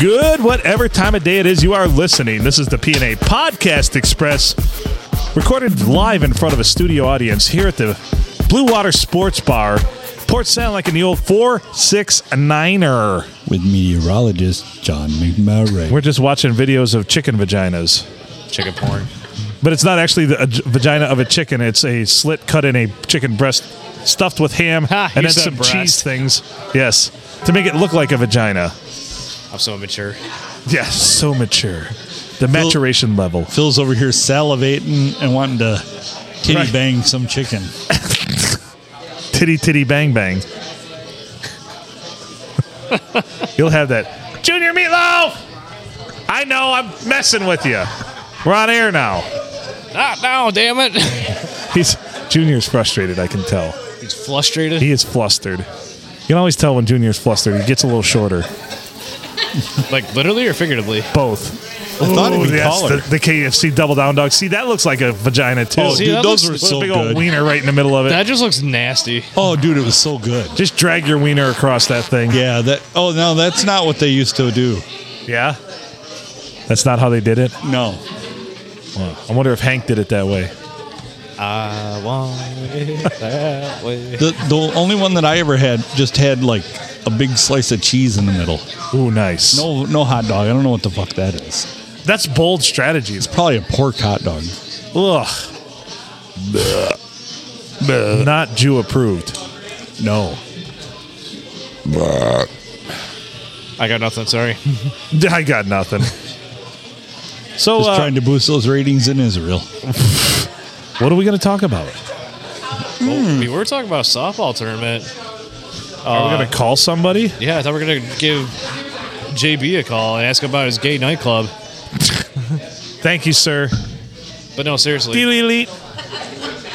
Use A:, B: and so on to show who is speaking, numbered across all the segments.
A: good whatever time of day it is you are listening. This is the PNA Podcast Express, recorded live in front of a studio audience here at the Blue Water Sports Bar, Port Sound like in the old 469er.
B: with meteorologist John McMurray.
A: We're just watching videos of chicken vaginas.
C: Chicken porn.
A: But it's not actually the a j- vagina of a chicken. It's a slit cut in a chicken breast, stuffed with ham
C: Ha,
A: and
C: you
A: then
C: said
A: some
C: breast.
A: cheese things. Yes, to make it look like a vagina.
C: I'm so immature.
A: Yes, so mature. The maturation level.
B: Phil's over here salivating and wanting to kitty
A: Right.
B: bang some chicken.
A: Titty titty bang bang. You'll have that. Junior Meatloaf! I know, I'm messing with you. We're on air now.
C: Not now, damn it.
A: He's Junior's frustrated, I can tell.
C: He's frustrated.
A: He is flustered. You can always tell when Junior's flustered. He gets a little shorter.
C: Like literally or figuratively.
A: Both.
B: I thought it'd be
A: that's
B: taller.
A: the, the KFC double down dog. See, that looks like a vagina too.
B: Oh,
C: See,
B: dude,
C: that
B: those
A: With
B: were
C: looks-
A: a
B: so
A: big old
B: good.
A: wiener right in the middle of it.
C: That just looks nasty.
B: Oh, dude, it was so good.
A: Just drag your wiener across that thing.
B: Yeah, that. Oh no, that's not what they used to do.
A: Yeah? That's not how they did it.
B: No,
A: I wonder if Hank did it that way.
C: I want it that way.
B: the the only one that I ever had just had like a big slice of cheese in the middle.
A: Ooh, nice.
B: No, no hot dog. I don't know what the fuck that is.
A: That's bold strategies.
B: Probably a pork hot dog.
A: Ugh. Not Jew approved.
B: No,
C: I got nothing, sorry.
A: I got nothing. So,
B: just
A: uh,
B: trying to boost those ratings in Israel.
A: what are we going to talk about?
C: Oh, we were talking about a softball tournament.
A: are we going to call somebody?
C: Yeah, I thought we were gonna give JB a call and ask about his gay nightclub.
A: Thank you, sir.
C: But no, seriously.
A: Delete.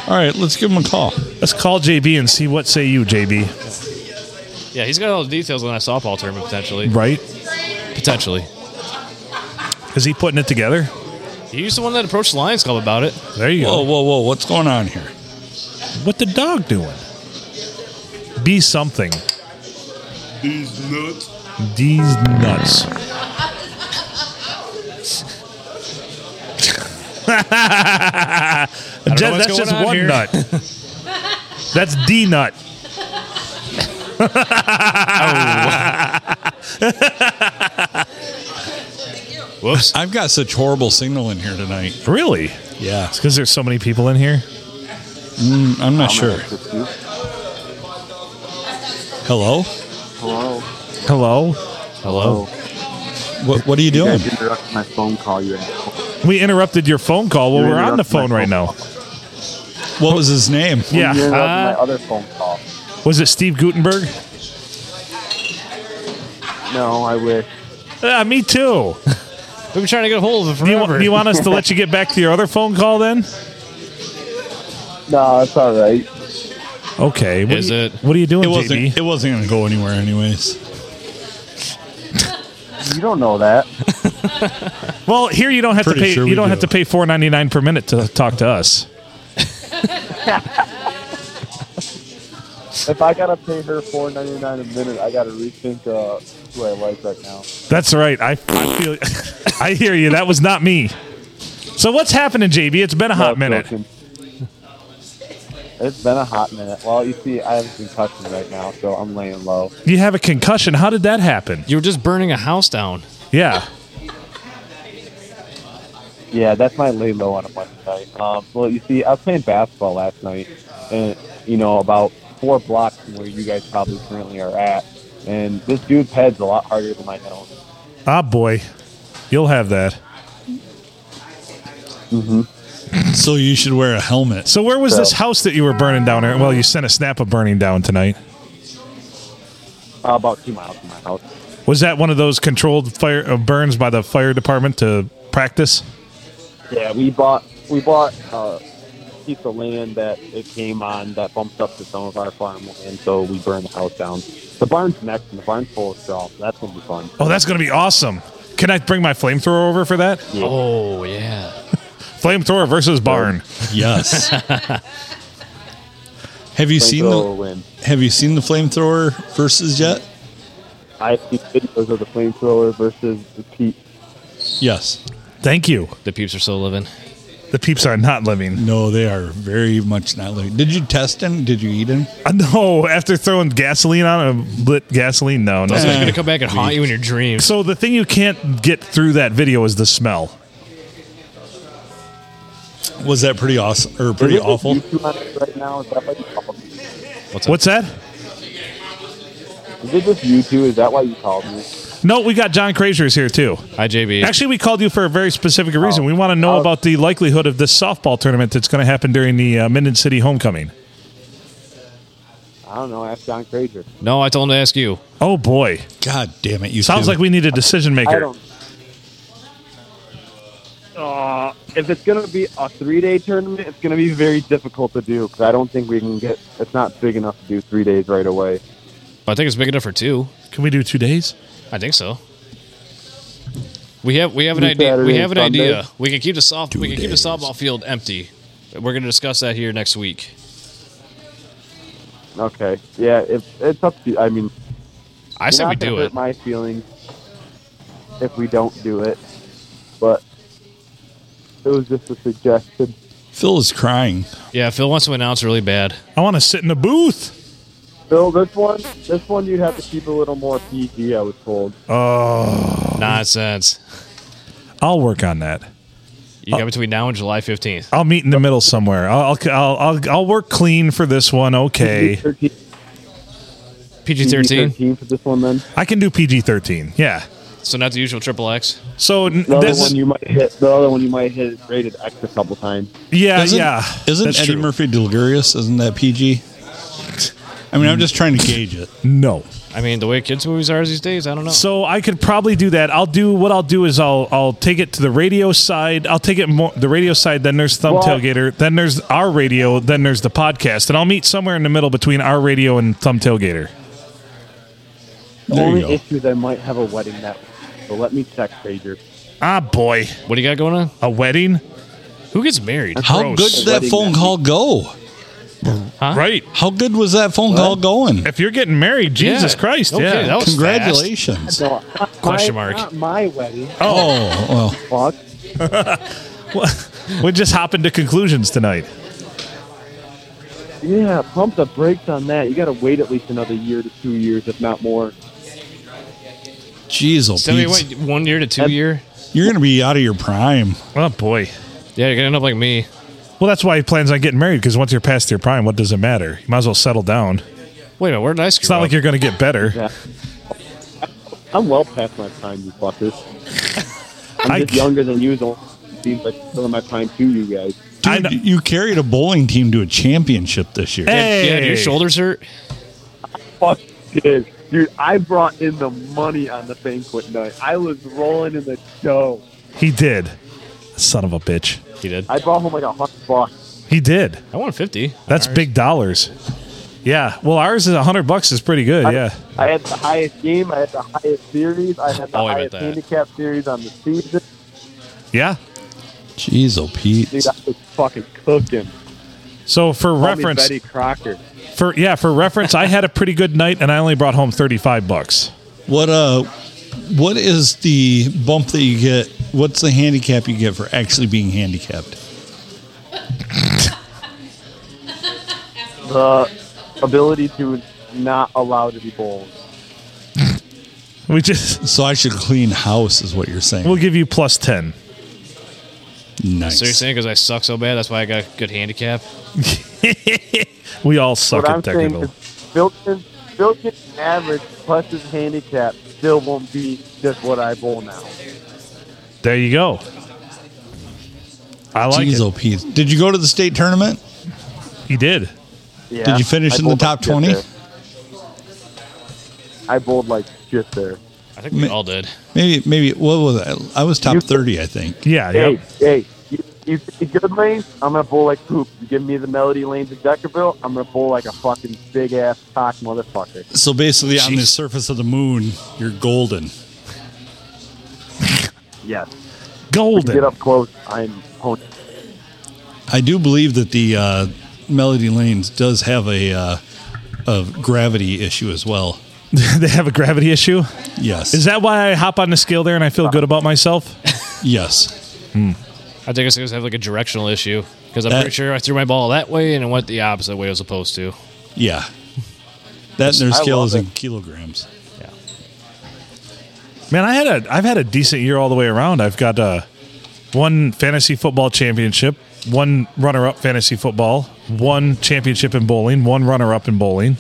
B: All right, let's give them a call.
A: Let's call JB and see what say you, JB.
C: Yeah, he's got all the details on that softball tournament potentially.
A: Right?
C: Potentially.
A: Is he putting it together?
C: He's the one that approached the Lions Club about it.
A: There you
B: Whoa,
A: go.
B: whoa, whoa! What's going on here?
A: What the dog doing? Be something. These nuts. These nuts.
C: know what's
A: that's just
C: going on
A: one
C: here.
A: nut. That's D nut.
C: Whoops.
B: I've got such horrible signal in here tonight.
A: Really?
B: Yeah,
A: Because there's so many people in here.
B: I'm not sure. Hello.
D: Hello.
A: Hello.
C: Hello.
B: What What are you
D: You
B: doing?
D: guys interrupted my phone call. You asshole.
A: We interrupted your phone call. Well,
D: You
A: we're on the
D: interrupted my
A: phone right now.
B: What was his name?
A: Yeah.
D: You interrupted my
A: Uh,
D: other phone call.
A: was it Steve Gutenberg?
D: No, I wish.
A: Uh, me too.
C: We've been trying to get a hold of him
A: Do you,
C: forever.
A: wa- do you want us to let you get back to your other phone call then?
D: No, it's all right.
A: Okay. What
C: Is
A: are you,
C: it-
A: What are you doing,
B: It wasn't.
A: JB?
B: It wasn't going to go anywhere, anyways.
D: You don't know that.
A: Well, here you don't have to
B: Pretty
A: pay.
B: sure
A: you
B: we
A: don't
B: do.
A: have to pay four ninety nine per minute to talk to us.
D: If I gotta pay her four ninety nine a minute, I gotta rethink uh, who I like right now.
A: That's right. I, I feel. I hear you. That was not me. So what's happening, JB? It's been a
D: No,
A: hot
D: I'm
A: minute.
D: joking. It's been a hot minute. Well, you see, I have a concussion right now, so I'm laying low.
A: You have a concussion. How did that happen?
C: You were just burning a house down.
A: Yeah.
D: Yeah, that's my lay low on a Monday night. Um, well, you see, I was playing basketball last night, and you know, about four blocks from where you guys probably currently are at, and this dude's head's a lot harder than my own.
A: Ah, boy. You'll have that.
B: So you should wear a helmet.
A: So where was
D: So-
A: this house that you were burning down? Or well, you sent a snap of burning down tonight.
D: Uh, about two miles from my house.
A: Was that one of those controlled fire uh, burns by the fire department to practice?
D: Yeah, we bought we bought a piece of land that it came on that bumps up to some of our farmland, so we burned the house down. The barn's next, and the barn's full of straw. so That's gonna be fun.
A: Oh, that's going to be awesome. Can I bring my flamethrower over for that?
D: Yeah.
C: Oh yeah.
A: Flamethrower versus barn.
B: Yes. have you seen
D: Flamethrower
B: the
D: win.
B: Have you seen the flamethrower versus yet?
D: I've seen videos of the flamethrower versus the Pete.
B: Yes.
A: Thank you.
C: The peeps are still living.
A: The peeps are not living.
B: No, they are very much not living. Did you test him? Did you eat him?
A: Uh, No, after throwing gasoline on it, lit gasoline, no, no.
C: It's
B: Yeah.
C: gonna come back and haunt you in your dreams.
A: So the thing you can't get through that video is the smell.
B: Was that pretty awesome or pretty
D: Is there
B: awful?
D: YouTube on it right now? Is that why you called me?
A: What's that?
D: Is it just YouTube? Is that why you called me?
A: No, we got John Crazier's here too.
C: Hi, JB.
A: Actually, we called you for a very specific reason.
D: Oh.
A: We want to know
D: Oh.
A: about the likelihood of this softball tournament that's going to happen during the uh, Minden City homecoming.
D: I don't know. Ask John Crager.
C: no, I told him to ask you.
A: Oh boy,
B: God damn it! You
A: sounds
B: two.
A: like we need a decision
D: I
A: maker.
D: don't. Uh, if it's going to be a three-day tournament, it's going to be very difficult to do because I don't think we can get. It's not big enough to do three days right away.
C: I think it's big enough for two.
A: Can we do two days?
C: I think so. We have we have an
D: Do
C: idea.
D: Saturday
C: we
D: and
C: have an
D: Sunday?
C: idea. We can keep the soft.
B: Two
C: we can keep the
B: days.
C: softball field empty. We're going to discuss that here next week.
D: Okay. Yeah. It, it's up to. I mean,
C: I said
D: You're
C: we
D: not gonna
C: do
D: hurt
C: it.
D: My feelings if we don't do it, but it was just a suggestion.
B: Phil is crying.
C: Yeah, Phil wants to announce really bad.
A: I want to sit in a booth.
D: Bill, this one, this one, you'd have to keep a little more PG. I was told.
C: Nonsense.
A: I'll work on that.
C: You
D: Oh.
C: got between now and July fifteenth.
A: I'll meet in the middle somewhere. I'll I'll I'll, I'll, I'll work clean for this one. Okay,
D: PG-13
C: PG E thirteen.
D: for this one, then
A: I can do PG thirteen. Yeah.
C: So not the usual triple X.
A: So n-
D: the other
A: this,
D: one you might hit. The other one you might hit is rated X a couple times.
A: yeah,
B: Isn't-
A: Uh, yeah.
B: Isn't
A: that's
B: Eddie
A: true.
B: Murphy delirious? Isn't that PG? I mean, I'm just trying to gauge it.
A: No.
C: I mean, the way kids movies are these days, I don't know.
A: So I could probably do that. I'll do what I'll do is I'll I'll take it to the radio side. I'll take it more the radio side. Then there's Thumb
D: Well-
A: Tailgater. Then there's our radio. Then there's the podcast. And I'll meet somewhere in the middle between our radio and Thumb Tailgater.
D: The
B: There you
D: only
B: go.
D: issue is I might have a wedding that. week. So let me check, Pager.
A: Ah, boy,
C: what do you got going on?
A: a wedding,
C: Who gets married?
B: How
A: Gross.
B: good did that
D: Wedding
B: phone
D: that
B: call go?
A: right?
B: How good was that phone call going?
A: If you're getting married, Jesus
C: Yeah.
A: Christ,
C: Okay,
A: yeah.
C: that was-
B: Congratulations.
D: No, not
C: Question
D: uh, my,
C: mark.
D: Not my wedding.
B: Oh, well.
D: Fuck.
A: We're just hopping to conclusions tonight.
D: Yeah, pump the brakes on that. You got to wait at least another year to two years, if not more.
B: Jeez, oh,
C: So we
B: Pete,
C: went one year to two
D: Yep.
C: year.
B: you're going to be out of your prime.
A: Oh boy.
C: Yeah, you're gonna end up like me.
A: Well, that's why he plans on getting married because once you're past your prime, what does it matter? You might as well settle down.
C: Wait a minute, where did I screw
A: It's not
C: up?
A: like you're going to get better.
D: Yeah. I'm well past my prime, you fuckers. I'm
A: I
D: just
A: c-
D: younger than you, so it seems like still in my prime too, you guys.
A: I
B: Dude,
A: know-
B: you carried a bowling team to a championship this year.
A: Hey.
C: yeah, do your shoulders hurt.
D: Fuck it. Dude, I brought in the money on the banquet night. I was rolling in the dough.
A: He did. Son of a bitch.
C: He did.
D: I brought home like a hundred bucks.
A: He did.
C: I won fifty.
A: That's
C: Ours.
A: big dollars. Yeah. Well, ours is a hundred bucks is pretty good. Yeah.
D: I had the highest game. I had the highest series. I had the
C: Oh, I bet
D: highest
C: that.
D: handicap series on the season.
A: Yeah.
B: Jeez, oh, Pete.
D: Dude, I was fucking cooking.
A: So for
D: Call me
A: reference,
D: Betty Crocker.
A: for yeah, for reference, I had a pretty good night and I only brought home thirty-five bucks.
B: What uh, what is the bump that you get? What's the handicap you get for actually being handicapped?
D: the ability to not allow to be bowled.
A: We just
B: So I should clean house, is what you're saying.
A: we'll give you plus ten.
B: nice.
C: So you're saying because I suck so bad, that's why I got a good handicap?
A: we all suck
D: what
A: at
D: I'm saying
A: technical.
D: is built-in, built-in average plus his handicap still won't be just what I bowl now.
A: There you go. I like
B: Jeez,
A: it.
B: oh, Pete. Did you go to the state tournament?
A: He did.
D: Yeah,
B: Did you finish
D: I
B: in the
D: bowled
B: top
D: like shit
B: 20?
D: there. I bowled like shit there.
C: I think we
B: Ma-
C: all did.
B: Maybe, maybe. What was it? I was top
D: You-
B: thirty, I think.
A: Yeah.
D: Hey,
A: Yep.
D: hey, you, you see good lanes? I'm gonna bowl like poop. You give me the melody lanes of Deckerville, I'm gonna bowl like a fucking big ass cock motherfucker.
B: So basically, on the
A: Jeez.
B: surface of the moon, you're golden.
D: Yes, get
A: Golden.
D: up close. I'm pony.
B: I do believe that the uh, Melody Lanes does have a, uh, a gravity issue as well.
A: they have a gravity issue.
B: Yes.
A: Is that why I hop on the scale there and I
D: Uh,
A: feel good about myself?
B: yes.
C: I think it's going to have like a directional issue because I'm
B: That-
C: pretty sure I threw my ball that way and it went the opposite way it was supposed to.
B: Yeah. That and their
D: I
B: scale
D: love
B: is in
D: it.
B: kilograms.
C: Yeah.
A: Man, I had a I've had a decent year all the way around. I've got uh, one fantasy football championship, one runner up fantasy football, one championship in bowling, one runner up in bowling.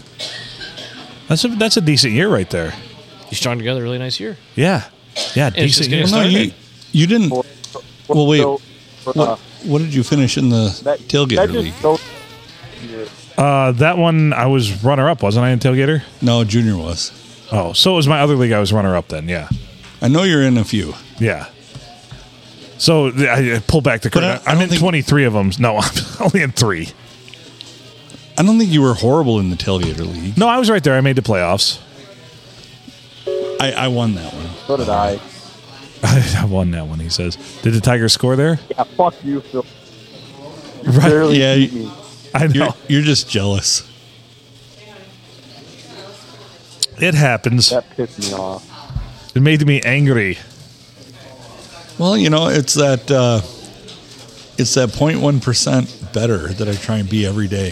A: That's a that's a decent year right there.
C: You strung together a really nice year.
A: Yeah, yeah,
C: it's just
A: decent year.
C: getting
B: No, you, you didn't.
D: Well,
B: Well, wait.
D: so, uh,
B: What, what did you finish in the
D: that, that
B: tailgater
D: just
B: league?
D: shows you-
A: Uh, that one I was runner up, wasn't I in tailgater?
B: No, junior was.
A: Oh, so it was my other league. I was runner up then. Yeah,
B: I know you're in a few.
A: yeah. So th- I I pull back the
B: But I-
A: curtain.
B: I
A: I'm
B: don't
A: in
B: think-
A: 23 of them. No, I'm only in three.
B: I don't think you were horrible in the tailgater league.
A: No, I was right there. I made the playoffs.
B: I, I won that one.
D: so did I.
A: I won that one. He says, "Did the Tigers score there?"
D: Yeah, fuck you, Phil. You
A: Right,
D: barely
B: yeah,
D: beat
B: you-
D: me.
A: I
B: You're,
A: know
B: you're just jealous.
A: it happens.
D: That pissed me off.
A: It made me angry.
B: Well, you know, it's that uh, it's that 0.1% better that I try and be every day.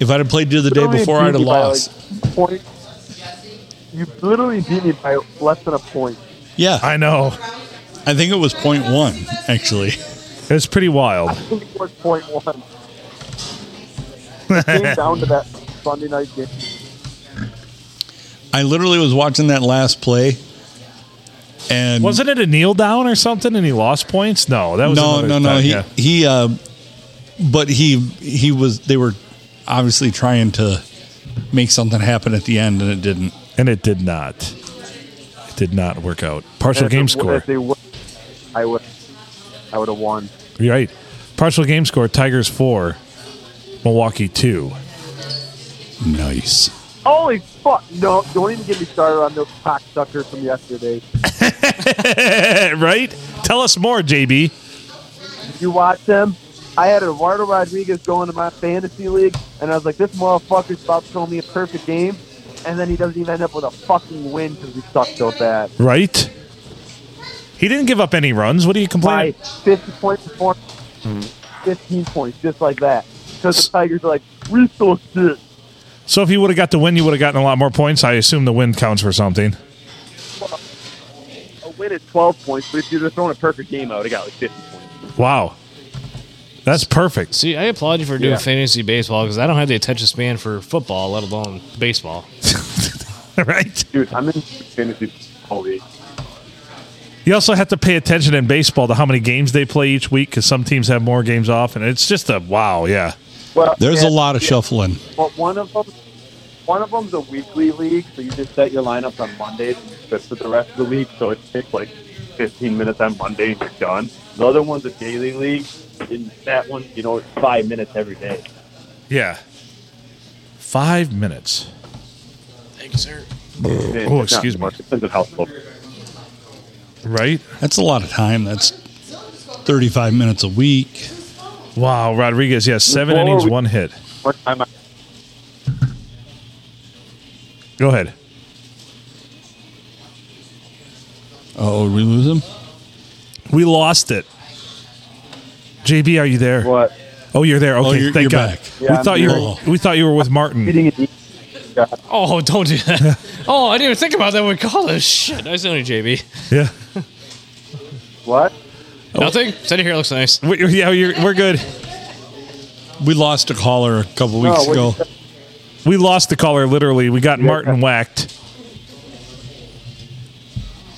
B: If I'd have played you the day
D: Literally
B: before, I'd have
D: beat me by,
B: lost.
D: like, point. You literally beat me by less than a point.
B: yeah, I,
A: I know
B: think it was 0.1, actually.
A: it was pretty wild.
D: I think it was point one. It came down to that Sunday night game.
B: I literally was watching that last play. And
A: Wasn't it a kneel down or something? And he lost points. No, that was
B: no,
A: another
B: no, no.
A: time,
B: He
A: yeah.
B: he. Uh, but he he was. They were obviously trying to make something happen at the end, and it didn't.
A: and it did not. It did not work out. Partial
D: And
A: game
D: if it-
A: score.
D: if they would- I would, I would have won.
A: You're right. Partial game score. Tigers four, Milwaukee two.
B: Nice.
D: Holy fuck! No, don't even get me started on those cocksuckers from yesterday.
A: right? Tell us more, JB.
D: You watch them. I had Eduardo Rodriguez going to my fantasy league, and I was like, this motherfucker's about to throw me a perfect game, and then he doesn't even end up with a fucking win because we suck so bad.
A: Right? He didn't give up any runs. What are you complaining?
D: by 50 points performance, 15 points, just like that. Because the Tigers are like, we still shit.
A: So if you would have got the win, you would have gotten a lot more points. I assume the win counts for something.
D: A win is 12 points, but if you'd have thrown a perfect game, I would have got like 50 points.
A: Wow. That's perfect.
C: See, I applaud you for doing
D: Yeah.
C: fantasy baseball because I don't have the attention span for football, let alone baseball.
A: right?
D: Dude, I'm in fantasy all league.
A: You also have to pay attention in baseball to how many games they play each week because some teams have more games off. And it's just a wow. Yeah.
D: Well,
B: There's a
D: yeah,
B: lot of shuffling.
D: But one of them, one of them's a weekly league, so you just set your lineups on Mondays and you fit for the rest of the week. So it takes like 15 minutes on Monday and you're done. The other one's a daily league, and that one, you know, it's five minutes every day.
A: Yeah. Five minutes.
C: Thank you, sir.
A: Oh, excuse me.
D: Depends on how slow.
A: Right?
B: That's a lot of time. That's 35 minutes a week.
A: Wow. Rodriguez, yeah, seven
D: Before
A: innings,
D: we-
A: one hit.
D: One time I
A: Go ahead.
B: Oh, we lose him.
A: We lost it. JB, are you there?
D: what
A: Oh, you're there. Okay,
B: Oh, you're-
A: thank
B: you're
A: God.
B: back.
A: We
D: Yeah, I'm
A: thought you
B: here.
A: were. We thought you were with Martin.
D: beating an
C: Oh, don't do that. oh, I didn't even think about that when call this shit. Nice knowing you, JB.
A: Yeah.
D: what?
C: Nothing? Sitting here looks nice.
A: We- yeah, you're, we're good.
B: We lost a caller a couple
D: No,
B: weeks
D: what
B: ago.
D: you
A: We lost the caller. Literally, we got
D: Yeah.
A: Martin whacked.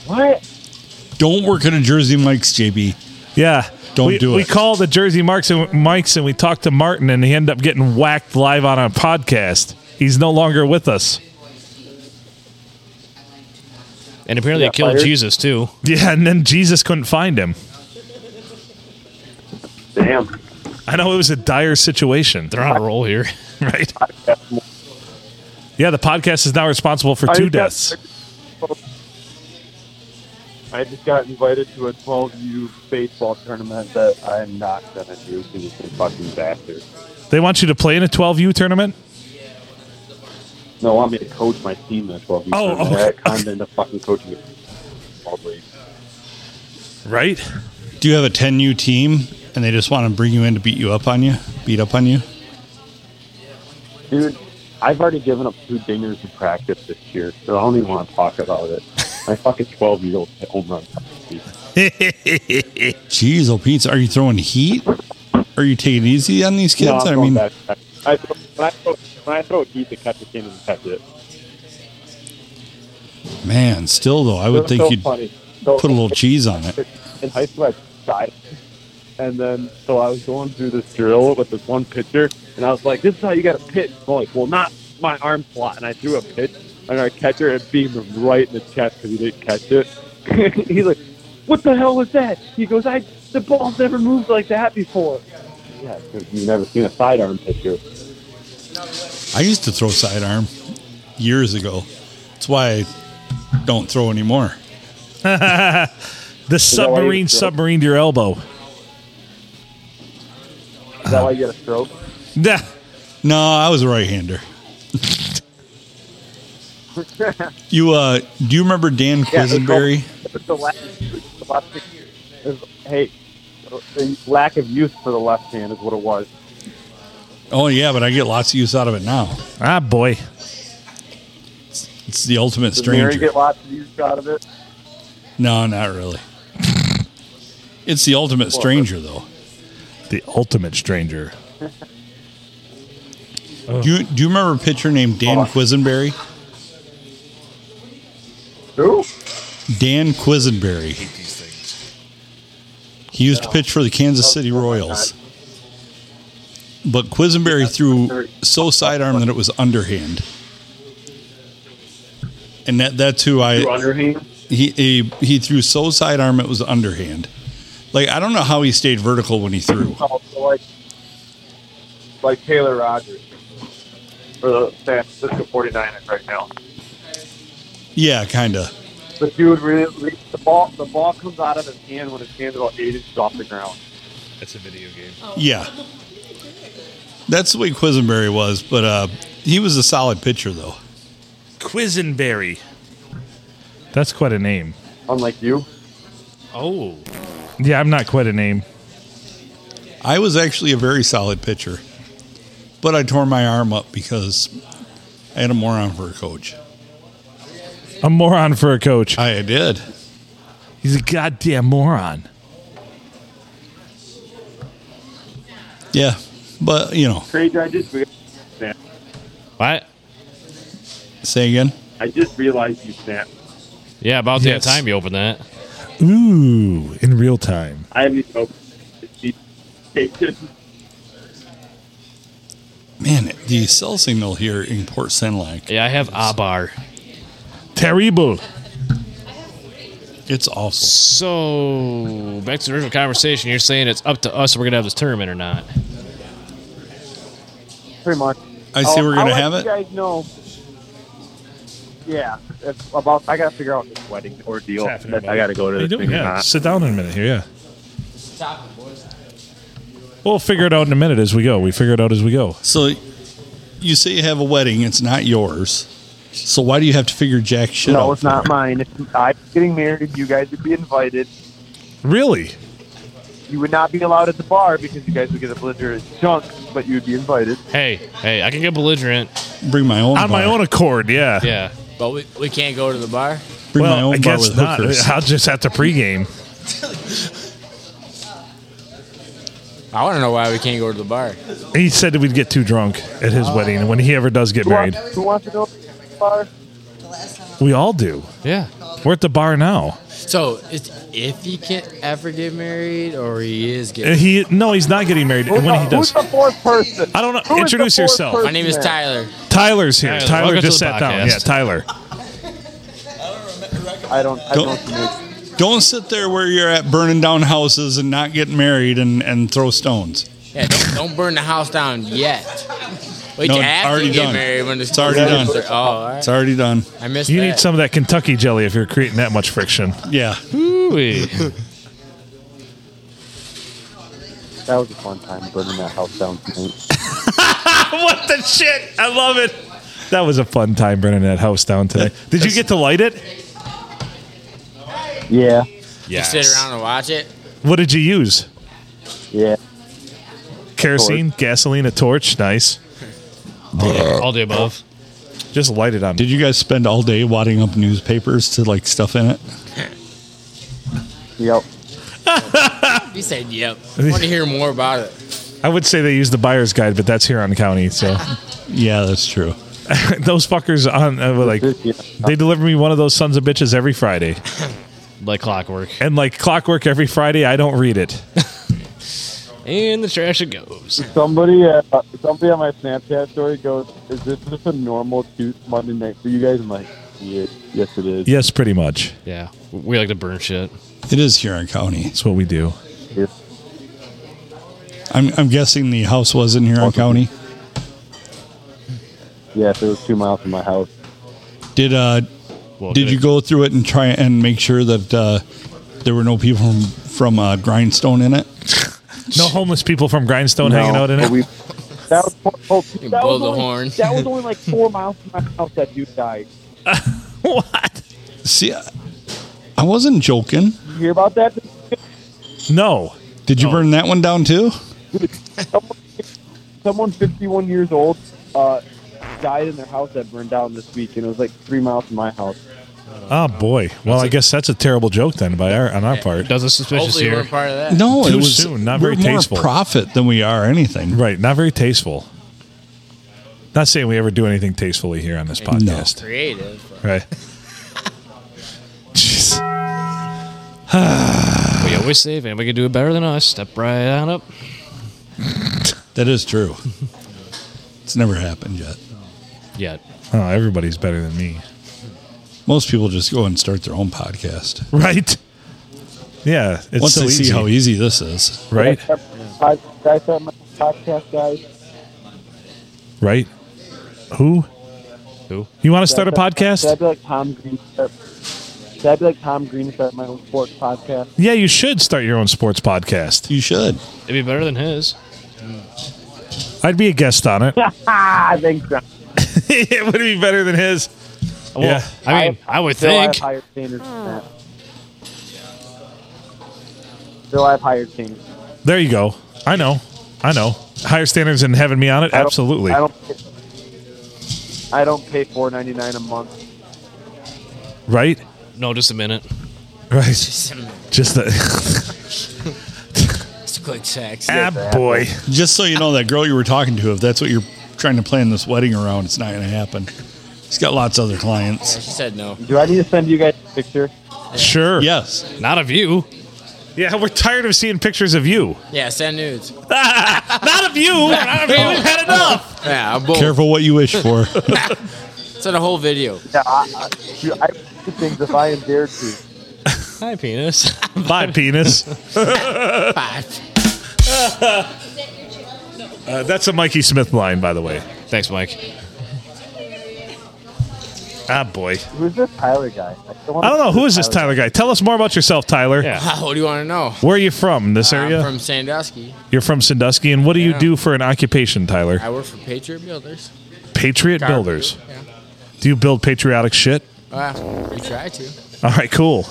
D: What?
B: Don't work at a Jersey Mike's, JB.
A: Yeah.
B: Don't
A: we,
B: do
A: We
B: it.
A: called the Jersey Marks and Mikes, and we talked to Martin, and he ended up getting whacked live on a podcast. He's no longer with us.
C: And apparently
D: Yeah,
C: it killed
D: fired.
C: Jesus, too.
A: Yeah, and then Jesus couldn't find him.
D: Damn.
A: I know it was a dire situation,
C: They're on a roll here.
A: right? Yeah, the podcast is now responsible for two deaths.
D: I just got invited to a 12U baseball tournament that I'm not gonna do because it's a fucking bastard.
A: They want you to play in a 12U tournament.
D: No, want me to coach my team in 12
A: Oh,
D: tournament.
A: okay.
D: I kind of end up fucking coaching it. Probably.
A: Right?
B: Do you have a 10U team and they just want to bring you in to beat you up on you? Beat up on you?
D: Dude, I've already given up two dingers in practice this year, so I don't even want to talk about it. My fucking 12 year old hit home run.
B: Jeez, oh, Pete, are you throwing heat? Are you taking it easy on these
D: No,
B: kids?
D: I'm
B: I mean,
D: going back. I throw, when, I throw, when I throw a heat, the catcher can't even catch it.
B: man, still though, I
D: It
B: would
D: was
B: think
D: so
B: you'd
D: funny. So-
B: put a little cheese on it.
D: in high school I died. And then so I was going through this drill with this one pitcher and I was like, This is how you gotta pitch. I'm like, well not my arm slot and I threw a pitch and our catcher and beamed him right in the chest because he didn't catch it. He's like, What the hell was that? He goes, I the ball's never moved like that before. Yeah, 'cause you've never seen a sidearm pitcher.
B: I used to throw sidearm years ago. That's why I don't throw anymore.
A: The
D: that why you
A: submarine
D: throw-
A: submarined your elbow.
D: Is that why you get a stroke?
A: Nah.
B: No, I was a right hander. you uh do you remember Dan
D: Yeah, it's
B: Quisenberry?
D: But the lack, the last six, is, hey, the lack of use for the left hand is what it was.
B: oh yeah, but I get lots of use out of it now.
A: Ah, boy.
B: It's the ultimate
D: Did Mary
B: stranger.
D: get lots of use out of it?
B: No, not really. It's the ultimate stranger though.
A: The ultimate stranger.
D: uh.
B: Do you do you remember a pitcher named
D: Oh.
B: Dan Quisenberry?
D: Who?
B: Dan Quisenberry.
E: these things.
B: He used to pitch for the Kansas City Royals. But Quisenberry threw so sidearm that it was underhand. And that that's who I
D: Underhand?
B: he, he he threw so sidearm it was underhand. Like I don't know how he stayed vertical when he threw.
D: Oh, so like, like Taylor Rogers for the San Francisco 49ers right now.
B: Yeah, kind of.
D: The dude really, really- the ball the ball comes out of his hand when his hand's about eight inches off the ground.
E: That's a video game.
B: Yeah, that's the way Quisenberry was. But uh, he was a solid pitcher though.
A: Quisenberry. That's quite a name.
D: Unlike you.
C: Oh,
A: Yeah, I'm not quite a name.
B: I was actually a very solid pitcher, but I tore my arm up because I had a moron for a coach.
A: A moron for a coach.
B: I did.
A: He's a goddamn moron.
B: Yeah, but you know,
D: Trade I just re-
C: what?
B: say again.
D: I just realized you snapped.
C: Yeah, about
A: Yes.
C: that time you opened that.
A: Ooh, in real time.
D: I haven't even opened it. It's-
B: Man, the cell signal here in Port Senlac,
C: Yeah, I have Abar.
A: Terrible.
B: it's awful.
C: So back to the original conversation. You're saying it's up to us. If we're gonna have this tournament or not?
D: Pretty much.
B: I say
D: Oh,
B: we're
D: I'll
B: gonna
D: let
B: have
D: you
B: it.
D: guys know. Yeah, it's about. I gotta figure out this wedding ordeal.
A: It's happening,
D: That- I gotta go to this thing or
A: Yeah,
D: not.
A: sit down in a minute here. Yeah. We'll figure it out in a minute as we go. We figure it out as we go.
B: So you say you have a wedding, it's not yours. So why do you have to figure jack shit out?
D: No, it's not mine. If I'm getting married, you guys would be invited.
A: Really?
D: You would not be allowed at the bar because you guys would get a belligerent junk, but you'd be invited.
C: Hey, hey, I can get belligerent.
B: Bring my own.
A: On my
B: bar.
A: own accord, yeah.
C: Yeah,
F: But we, we can't go to the bar.
B: Bring
A: well,
B: my own
A: I
B: bar
A: guess
B: with
A: not.
B: hookers.
A: I'll just have to pregame.
F: I want to know why we can't go to the bar.
A: He said that we'd get too drunk at his wedding when he ever does get
D: Who wants,
A: married.
D: who wants to go to the bar?
A: We all do.
C: yeah.
A: We're at the bar now.
F: So it's, if he can't ever get married or he is
A: Uh,
F: getting
A: He no, he's not getting married. And when he
D: Who's the-
A: does,
D: Who's the fourth person?
A: I don't know.
D: Who is the
A: Introduce
D: fourth
A: yourself.
F: My name is
D: person
F: Tyler.
A: Tyler's here.
C: Tyler,
A: Tyler
C: welcome
A: just
C: to the
A: sat down.
C: podcast.
A: Yeah, Tyler.
D: there? I don't. I
B: Don't-
D: don't. know.
B: Don't sit there where you're at burning down houses and not getting married and, and throw stones.
F: Yeah, don't, don't burn the house down yet. Wait,
B: No,
F: you
B: it's
F: have
B: already
F: to get
B: done.
F: married when it's
B: already done.
F: Oh, all right.
B: It's already done.
F: I missed
A: You
F: that.
A: need some of that Kentucky jelly if you're creating that much friction.
B: Yeah.
C: Ooh-wee.
D: That was a fun time burning that house down. tonight.
A: what the shit? I love it. That was a fun time burning that house down today. Did you get to light it?
D: Yeah,
F: You
E: Yes.
F: sit around and watch it.
A: What did you use?
D: yeah.
A: Kerosene, gasoline, a torch. Nice.
C: All the above.
A: Just light it on.
B: Did you guys spend all day wadding up newspapers to like stuff in it?
D: Yep.
F: He said, "Yep." I want to hear more about it.
A: I would say they use the buyer's guide, but that's here on county. So
B: Yeah, that's true.
A: those fuckers on uh, were like
D: Yeah.
A: they deliver me one of those sons of bitches every Friday,
C: Like clockwork.
A: and like clockwork every Friday, I don't read it.
C: And the trash it goes.
D: Somebody, uh, somebody on my Snapchat story goes, "Is this just a normal Tues- Monday night for you guys?" I'm like, yeah, "Yes, it is."
A: Yes, pretty much.
C: Yeah. We like to burn shit.
B: It is Huron County.
A: That's what we do.
B: I'm, I'm guessing the house was in Huron County.
D: Yes, it was two miles from my house.
B: Did uh
C: Well,
B: did
C: good.
B: you go through it and try and make sure that uh, there were no people from, from uh, Grindstone in it?
A: No homeless people from Grindstone hanging
D: No,
A: out in
D: but
A: it.
D: We, that was, four- oh,
F: You
D: that,
F: blow
D: was
F: the
D: only,
F: horn.
D: that was only like four miles from my house that dude died.
A: what?
B: See, I- I wasn't joking.
D: You hear about that?
A: No.
B: Did you burn that one down too?
D: Someone, someone 51 years old uh, died in their house that burned down this week, and it was like three miles from my house.
A: Oh boy. Well, I guess that's a terrible joke then by our on our part.
C: Doesn't suspicious
F: Hopefully,
C: here.
F: we're part of that.
B: No,
A: Too
B: it was
A: soon, not
B: we're
A: very tasteful.
B: More profit than we are anything.
A: Right. Not very tasteful. Not saying we ever do anything tastefully here on this podcast.
F: Creative.
A: Right. Jeez.
C: We always say if anybody can do it better than us, step right on up.
B: That is true. it's never happened yet.
C: Yet.
A: Oh, everybody's better than me.
B: Most people just go and start their own podcast
A: Right. Yeah. It's
B: once
A: so
B: they
A: easy,
B: see how easy this is.
A: right.
D: Guys, guys, that my podcast, guys.
A: Right. Who?
C: Who?
A: You want to start a podcast?
D: Should I be like Tom Green? Should I be like Tom Green? Start my own sports podcast.
A: Yeah, you should start your own sports podcast.
B: You should.
C: It'd be better than his.
A: I'd be a guest on it.
D: Ah, thanks. John.
A: it would be better than his.
C: Well,
A: Yeah.
C: I mean, I, would
D: Still, I have
C: think.
D: higher standards than that. Still, I have higher standards.
A: There you go. I know. I know. Higher standards than having me on it?
D: I don't-
A: Absolutely.
D: I don't. Pay, I don't pay four ninety nine a month.
A: Right?
C: No, just a minute.
A: Right.
F: Just a,
A: Just the
F: just a quick text.
A: ah boy.
B: Just so you know, that girl you were talking to, if that's what you're trying to plan this wedding around, it's not going to happen. She's got lots of other clients.
F: She said no.
D: Do I need to send you guys a picture?
A: Sure.
B: Yes.
C: Not of you.
A: Yeah, we're tired of seeing pictures of you.
F: Yeah, send nudes.
A: Not of you. Not of you. We've had enough.
F: Yeah, I'm bold.
B: Careful what you wish for.
F: Send a whole video.
D: Yeah, I, I, dude, I do things if I am dared to.
C: Hi, penis.
A: Bye, penis.
F: Five.
A: Uh, that's a Mikey Smith line, by the way.
C: Thanks, Mike.
A: Ah, boy.
D: Who's this Tyler guy? don't,
A: I don't know. Who is this Tyler guy? Tell us more about yourself, Tyler.
C: Yeah.
F: what do you want to know?
A: Where are you from? This area?
F: I'm from Sandusky.
A: You're from Sandusky. And what do you
F: Yeah.
A: do for an occupation, Tyler?
F: I work for Patriot Builders.
A: Patriot
F: Carpenter.
A: Builders.
F: Yeah.
A: Do you build patriotic shit?
F: Well, we try to.
A: All right, cool.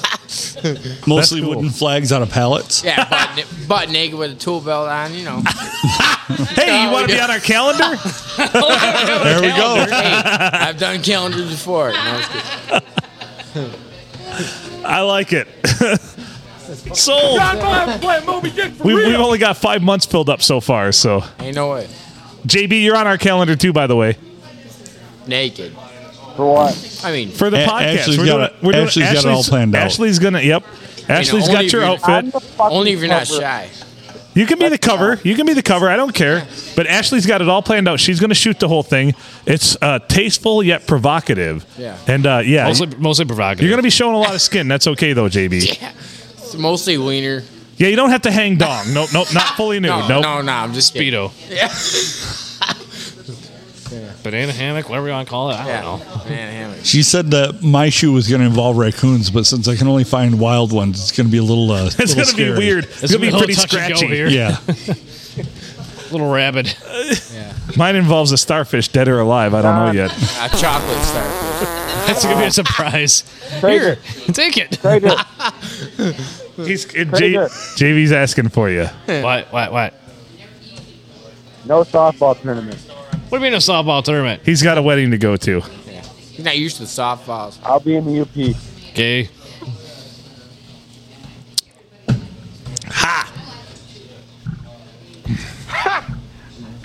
B: Mostly
A: cool.
B: wooden flags out of pallets.
F: Yeah, butt, na- butt naked with a tool belt on, you know.
A: Hey, you
F: No,
A: want to
F: yeah.
A: be on our calendar?
B: There we go.
F: hey, I've done calendars before. No, it's good.
A: I like it. Sold. We, we've only got five months filled up so far. So,
F: Ain't no way.
A: JB, you're on our calendar too, by the way,
F: Naked.
D: For what?
F: I mean,
A: for the
B: A-
A: podcast.
B: Ashley's
A: we're doing,
B: got it-
A: we're doing,
B: Ashley's got it all planned out.
A: Ashley's gonna. Yep. Ashley's
F: only
A: got your
F: if you-
A: outfit.
F: only if you're not
D: cover.
F: shy.
A: You can be the cover. You can be the cover. I don't care. But Ashley's got it all planned out. She's gonna shoot the whole thing. It's uh, tasteful yet provocative.
F: Yeah.
A: And uh, yeah,
C: Mostly, mostly provocative.
A: you're gonna be showing a lot of skin. That's okay though, JB.
F: Yeah. It's mostly wiener.
A: Yeah, you don't have to hang dong. Nope, nope, not fully nude.
F: No,
A: nope.
F: no, no, I'm just kidding.
C: Speedo.
F: Yeah.
C: Banana hammock, whatever you want to call it. I
F: Yeah.
C: don't know.
F: Man, hammer.
B: She said that my shoe was going to involve raccoons, but since I can only find wild ones, it's going to be a little. Uh,
A: It's
B: little
A: gonna be
B: scary.
A: weird. It's, gonna be
C: a little
A: pretty
C: touch and go
A: scratchy.
C: here.
B: Yeah.
C: Little rabid.
F: Yeah.
A: Mine involves a starfish, dead or alive. I don't know yet.
F: A chocolate star.
C: That's gonna be a surprise. Here,
D: Trigger.
C: take it.
D: Trader,
A: He's J-
D: Trigger.
A: JV's asking for you.
C: What? What? What?
D: no softball tournament.
C: What do you mean a softball tournament?
A: He's got a wedding to go to.
F: He's not used to the softballs.
D: I'll be in the UP.
C: Okay.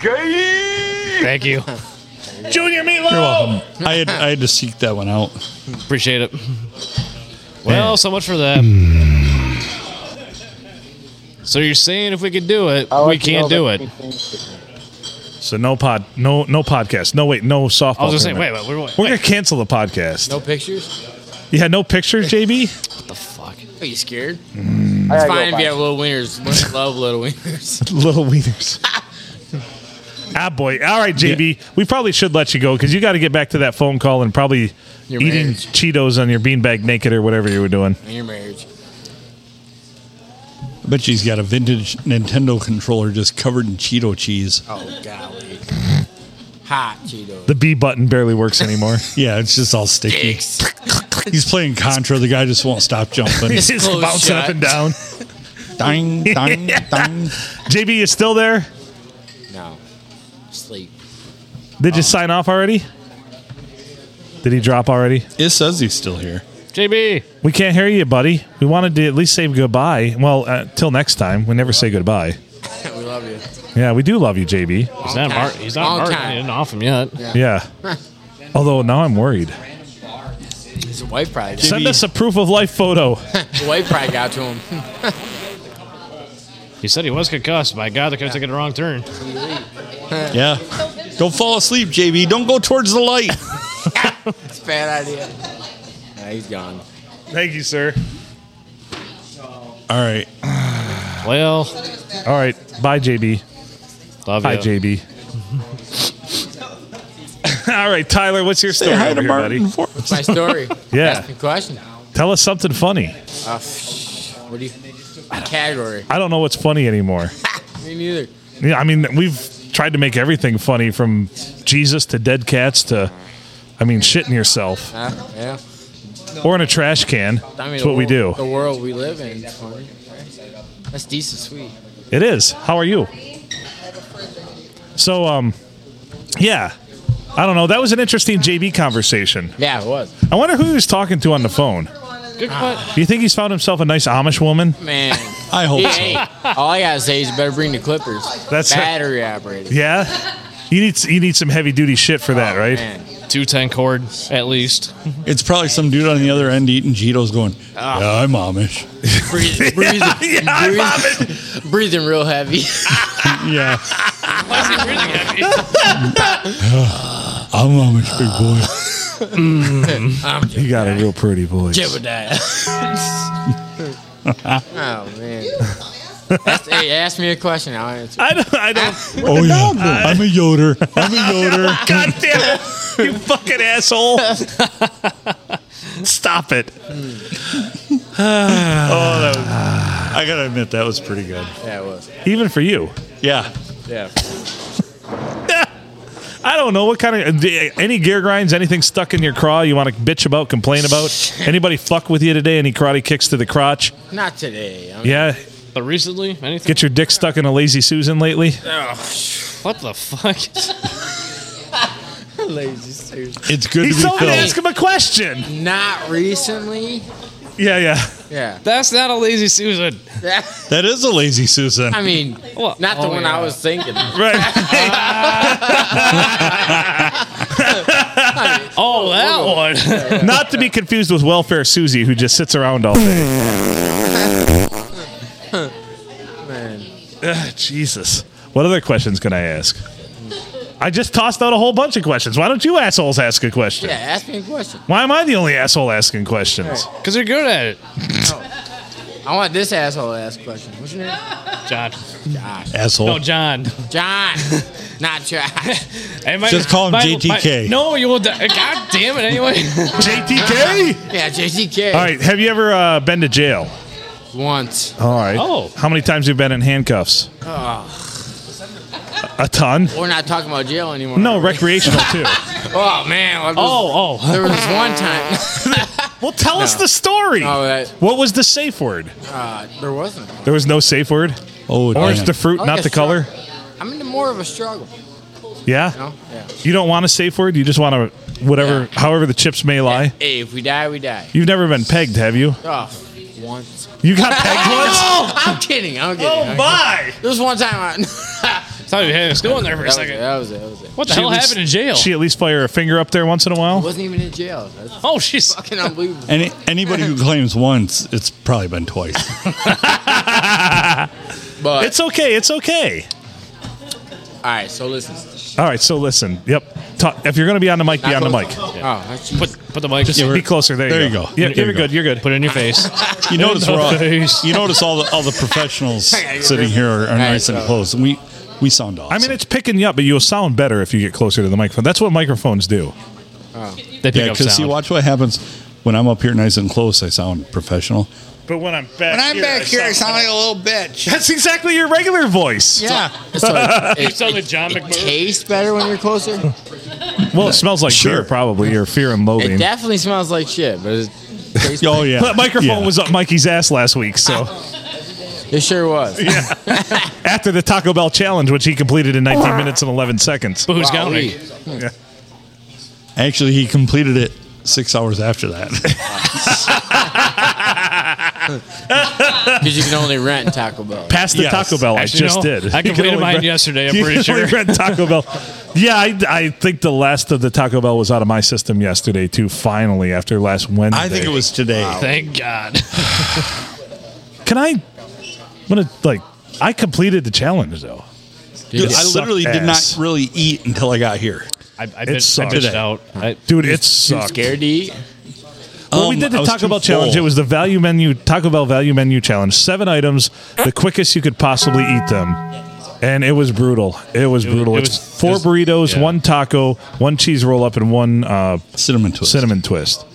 C: Ha! Thank you.
A: Junior Meatloaf.
B: You're welcome. I had I had to seek that one out.
C: Appreciate it. Well, so much for that. So you're saying if we could do it,
D: I'll
C: we
D: let you
C: can't do
D: know
C: it.
D: if anything changes.
A: So no pod, no no podcast. No wait, no softball.
C: I was just saying, wait,
A: tournament.
C: wait, wait,
A: We're
C: wait.
A: gonna cancel the podcast.
F: No pictures?
A: You had no pictures, JB.
C: What the fuck?
F: Are you scared?
D: I
F: It's
D: gotta
F: fine
D: go,
F: if you
D: bye.
F: have little wieners. Women love little wieners.
A: Little wieners. ah boy. All right, JB. We probably should let you go because you got to get back to that phone call and probably
F: Your
A: eating
F: marriage.
A: Cheetos on your beanbag naked or whatever you were doing.
F: In your marriage.
B: I bet she's got a vintage Nintendo controller just covered in Cheeto cheese.
F: Oh, golly. Hot Cheetos.
A: The B button barely works anymore.
B: Yeah, it's just all sticky.
F: Dicks.
B: He's playing Contra. The guy just won't stop jumping.
A: It's just
F: Close
A: bouncing
F: shot.
A: up and down.
B: ding, ding, ding.
A: JB is still there.
F: No. Sleep.
A: Did you sign off already? Did he drop already?
B: It says he's still here.
C: JB.
A: We can't hear you, buddy. We wanted to at least say goodbye. Well, uh, till next time. We never say goodbye.
F: we love you.
A: Yeah, we do love you, JB.
C: He's not
F: time.
C: Martin. He's not
F: Long
C: Martin.
F: time.
C: He didn't off him yet.
A: Yeah. Although now I'm worried.
F: His wife probably did.
A: Send us a proof of life photo.
F: His wife probably got to him.
C: He said he was concussed. By God, the guy took it a wrong turn.
B: Yeah. Don't fall asleep, JB. Don't go towards the light.
F: It's a bad idea. Nah, he's gone.
A: Thank you, sir.
B: All right.
C: Well,
A: All right. Bye, JB.
C: love
A: Hi,
C: you.
A: JB. All right, Tyler, what's your story
B: Say hi
A: over
B: to
A: here,
B: Martin
A: buddy?
B: for
F: It's my story.
A: Yeah.
F: Good question.
A: Tell us something funny.
F: Uh, what do you. Category.
A: I don't know what's funny anymore.
F: Me neither.
A: Yeah, I mean, we've tried to make everything funny from Jesus to dead cats to, I mean, shitting yourself
F: Huh? yeah.
A: or in a trash can.
F: I mean,
A: That's
F: the
A: what we
F: world- The
A: do.
F: world we live in. is funny. That's decent sweet.
A: It is. How are you? So, um, yeah, I don't know. That was an interesting JB conversation.
F: Yeah, it was. Ah,
A: I wonder who he was talking to on the phone.
C: Good cut.
A: Do you think he's found himself a nice Amish woman?
F: Man.
B: I hope
F: Hey, all I gotta say is you better bring the clippers.
A: That's it.
F: battery operated.
A: Yeah. You need you need some heavy duty shit for that, right?
F: Man.
C: 210 cord, at least.
B: so. It's probably some dude on the other end eating Cheetos going, Yeah, I'm Amish.
F: Breathing, breathing, breathing, breathing real heavy.
B: Yeah.
C: Why
B: I'm Amish, big boy.
F: I'm
A: He got a real pretty voice.
F: Jebediah. oh man. Ask, hey, ask me a question. I'll answer.
A: I don't. I don't.
B: Oh, yeah. I'm a yoder. I'm a yoder.
A: God damn it! You fucking asshole! Stop it! Oh,
B: I got to admit, that was pretty good.
F: Yeah, it was.
A: Even for you.
B: Yeah.
F: Yeah.
A: I don't know what kind of any gear grinds, anything stuck in your craw you want to bitch about, complain about. Anybody fuck with you today? Any karate kicks to the crotch?
F: Not today. I'm,
A: Yeah,
C: But recently, anything?
A: get your dick stuck in a lazy Susan lately.
C: what the fuck?
F: lazy. Seriously.
B: It's good
A: He's
B: to
A: told
B: be
A: me to
B: filled.
A: ask him a question.
F: Not recently.
A: Yeah, yeah.
F: Yeah.
C: That's not a lazy Susan.
F: Yeah.
B: That is a lazy Susan.
F: I mean,
C: Well,
F: not the
C: oh,
F: one
C: yeah.
F: I was thinking.
A: Right.
C: Oh, that one.
A: Not to be confused with welfare Susie, who just sits around all day.
F: Man.
A: Ugh, Jesus. What other questions can I ask? I just tossed out a whole bunch of questions. Why don't you assholes ask a question?
F: Yeah. Ask me a question.
A: Why am I the only asshole asking questions?
C: Because you're good at it,
F: I want this asshole to ask a question. What's your name?
C: John.
F: Josh.
B: Asshole.
C: No, John.
F: John. Not Josh.
C: Hey, my-
B: Just call him
C: my-
B: JTK.
C: my- no, you will. Die. God damn it. Anyway.
A: JTK?
F: Yeah, JCK.
A: All right. Have you ever uh, been to jail?
F: Once.
A: All right.
C: Oh.
A: How many times have you been in handcuffs? A ton?
F: We're not talking about jail anymore.
A: No, recreational too.
F: Oh man. what was-
A: Oh, oh.
F: There was this one time.
A: Well, tell us the story.
F: No, that-
A: What was the safe word?
F: Uh, there wasn't.
A: There was no safe word.
B: Oh,
A: Orange
B: damn.
A: the fruit,
F: I like
A: not
F: a
A: the color.
F: struggle. I'm into more of a struggle.
A: Yeah.
F: You know? Yeah.
A: You don't want a safe word. You just want to whatever, however the chips may lie.
F: Hey, if we die, we die.
A: You've never been pegged, have you?
F: Oh, once.
A: You got pegged once.
F: No, I'm kidding. I'm kidding. I'm
A: my!
F: kidding. This one time. I, that,
C: Thought you had us going there for a
F: was
C: second.
F: it, that was it. That was it.
C: What the hell happened in jail?
A: She at least fire a finger up there once in a
F: I
A: while.
F: wasn't even in jail. That's
C: oh, she's.
F: fucking unbelievable.
B: Any, anybody who claims once, it's probably been twice.
F: But
A: It's okay. It's okay.
F: all right. So listen.
A: All right. So listen. Yep. Talk, if you're going to be on the mic, be on the mic.
F: Oh, that's you.
C: Put, put the mic. Just
A: Be closer. There you
B: There you
A: go.
B: go.
A: Yeah,
B: There
A: you're
B: you go.
A: good. You're good.
C: put it in your face.
B: You notice we're all,
C: Nice.
B: you notice all the all the professionals
F: I gotta
B: sitting
F: get
B: here are, are
F: Hey,
B: nice and
F: so-
B: close, and we we sound awesome.
A: I mean, it's picking you up, but you'll sound better if you get closer to the microphone. That's what microphones do.
C: They pick
B: yeah,
C: up
B: because
C: sound.
B: see, watch what happens when I'm up here nice and close. I sound professional.
A: But when I'm back,
F: like a little bitch.
A: That's exactly your regular voice.
F: Yeah. So it, it,
C: sound like John
F: it
C: McMurray.
F: tastes better when you're closer.
A: Well, it smells like
B: Sure.
A: beer, probably, or fear and
F: It
A: loathing.
F: definitely smells like shit, but it tastes.
B: Oh yeah,
A: that microphone
B: Yeah.
A: was up Mikey's ass last week, so
F: It sure was.
A: after the Taco Bell challenge, which he completed in 19 minutes and 11 seconds.
C: But who's
F: Wow,
C: counting?
F: we-
B: Actually, he completed it six hours after that.
F: Because you can only rent Taco Bell.
A: Past the
B: Yes.
A: Taco Bell,
C: Actually,
A: I just
C: no.
A: did.
C: I
A: You can
C: completed
A: only
C: mine
A: rent-
C: yesterday, I'm
A: you
C: pretty
A: can
C: sure.
A: only rent Taco Bell. Yeah, I, I think the last of the Taco Bell was out of my system yesterday too. Finally, after last Wednesday,
B: I think it was today.
C: Thank God.
A: Can I? I'm gonna like. I completed the challenge though.
B: Dude, I
A: sucked
B: literally did
A: ass.
B: not really eat until I got here.
C: I, I, bit, I
A: sucked.
C: bitched out. I,
A: Dude, it
F: Too
A: sucked.
F: scared to eat.
A: Well,
B: Um,
A: we did
B: I
A: the
B: was
A: Taco
B: too
A: Bell challenge.
B: full.
A: It was the value menu, Taco Bell value menu challenge. Seven items, the quickest you could possibly eat them. And it was brutal. It was brutal.
C: it was-
A: it's four
C: it was-
A: burritos,
C: yeah.
A: one taco, one cheese roll up, and one uh,
B: cinnamon twist.
A: cinnamon twist.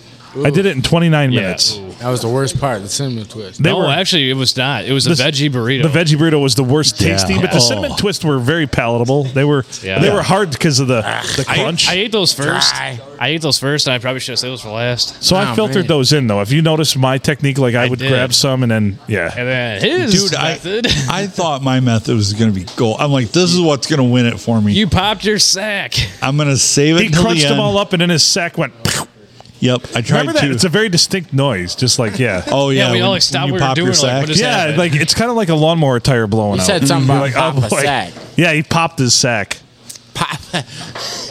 A: I did it in 29
C: yeah.
A: minutes.
C: Ooh.
F: That was the worst part, the cinnamon twist.
A: They
C: No,
A: were-
C: actually, it was not. It was
A: This-
C: a veggie burrito.
A: The veggie burrito was the worst
B: Yeah.
A: tasting, but the
B: Oh.
A: cinnamon twists were very palatable. They were
C: Yeah.
A: they
C: Yeah. Ah,
A: were hard because of the, the crunch.
C: I ate those first.
F: Dry.
C: I ate those first, and I probably should have saved those for last.
A: so I
F: Oh,
A: filtered
F: man.
A: those in though. If you notice my technique, like I,
C: I
A: would
C: did.
A: grab some and then yeah.
C: And then his
B: Dude, I,
C: method.
B: I thought my method was going to be gold. I'm like, this is what's going to win it for me.
C: you popped your sack.
B: I'm going to save it.
A: he
B: until
A: crunched
B: the
A: them
B: end.
A: all up and then his sack went.
B: Yep, I tried
A: Remember that?
B: to.
A: It's a very distinct noise, just like yeah.
B: oh yeah,
C: Yeah, we all,
B: when-
C: like, stopped
B: when you
C: what we
B: pop
C: were
B: your
C: doing, like,
B: sack.
C: what is-
A: yeah,
C: happened.
A: like it's kind of like a lawnmower tire blowing
F: You
A: out.
F: said something
A: You're oh,
F: about pop a sack.
A: Yeah, he popped his sack.
F: Pop.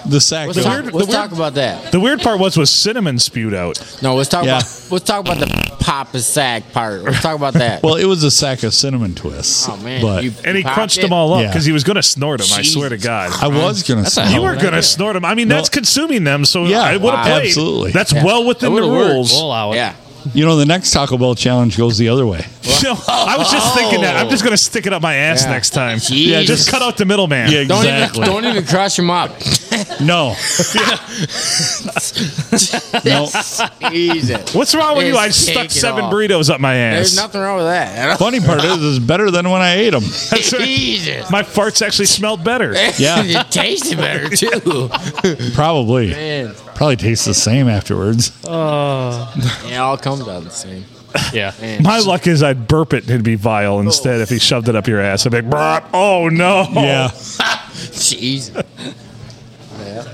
B: the sack.
F: Let's,
B: goes-
F: talk, let's talk about that.
A: The weird part was was cinnamon spewed out.
F: No, let's talk
B: Yeah.
F: about let's talk about the pop a sack part. Let's talk about that.
B: well, it was a sack of cinnamon twists.
F: oh man,
B: but
F: you
A: And he
F: popped
A: crunched
F: it?
A: them all up
B: Yeah.
A: because he was going to snort them. I
F: Jeez.
A: swear to God.
B: I was going to say
A: you were going to snort them. I mean,
B: No.
A: that's consuming them, so
B: Yeah,
A: I would have
B: wow.
A: played.
B: Absolutely.
A: That's
F: Yeah.
A: well within the
C: Would've worked.
A: rules.
C: We'll allow it.
F: Yeah.
B: You know, the next Taco Bell challenge goes the other way.
A: No, I was just thinking that. I'm just going to stick it up my ass
F: Yeah.
A: next time.
F: Jeez.
A: Yeah, just cut out the middleman.
B: Yeah,
F: Don't
B: Exactly.
F: even don't even crush them up.
B: No, no.
F: Jesus.
A: What's wrong with you? I
F: Just
A: stuck
F: take it
A: seven
F: off.
A: burritos up my ass.
F: There's nothing wrong with that.
B: Funny part is, it's better than when I ate them.
A: That's right.
F: Jesus.
A: My farts actually smelled better.
B: Yeah.
F: it tasted better too.
B: Probably,
F: Man,
B: probably tastes the same afterwards.
C: Oh.
F: it all comes out the same.
C: Yeah.
F: Man.
A: My luck is I'd burp it and it'd be vile instead if he shoved it up your ass. I'd be like, "Brrp, oh no.
B: Yeah,
F: Jesus.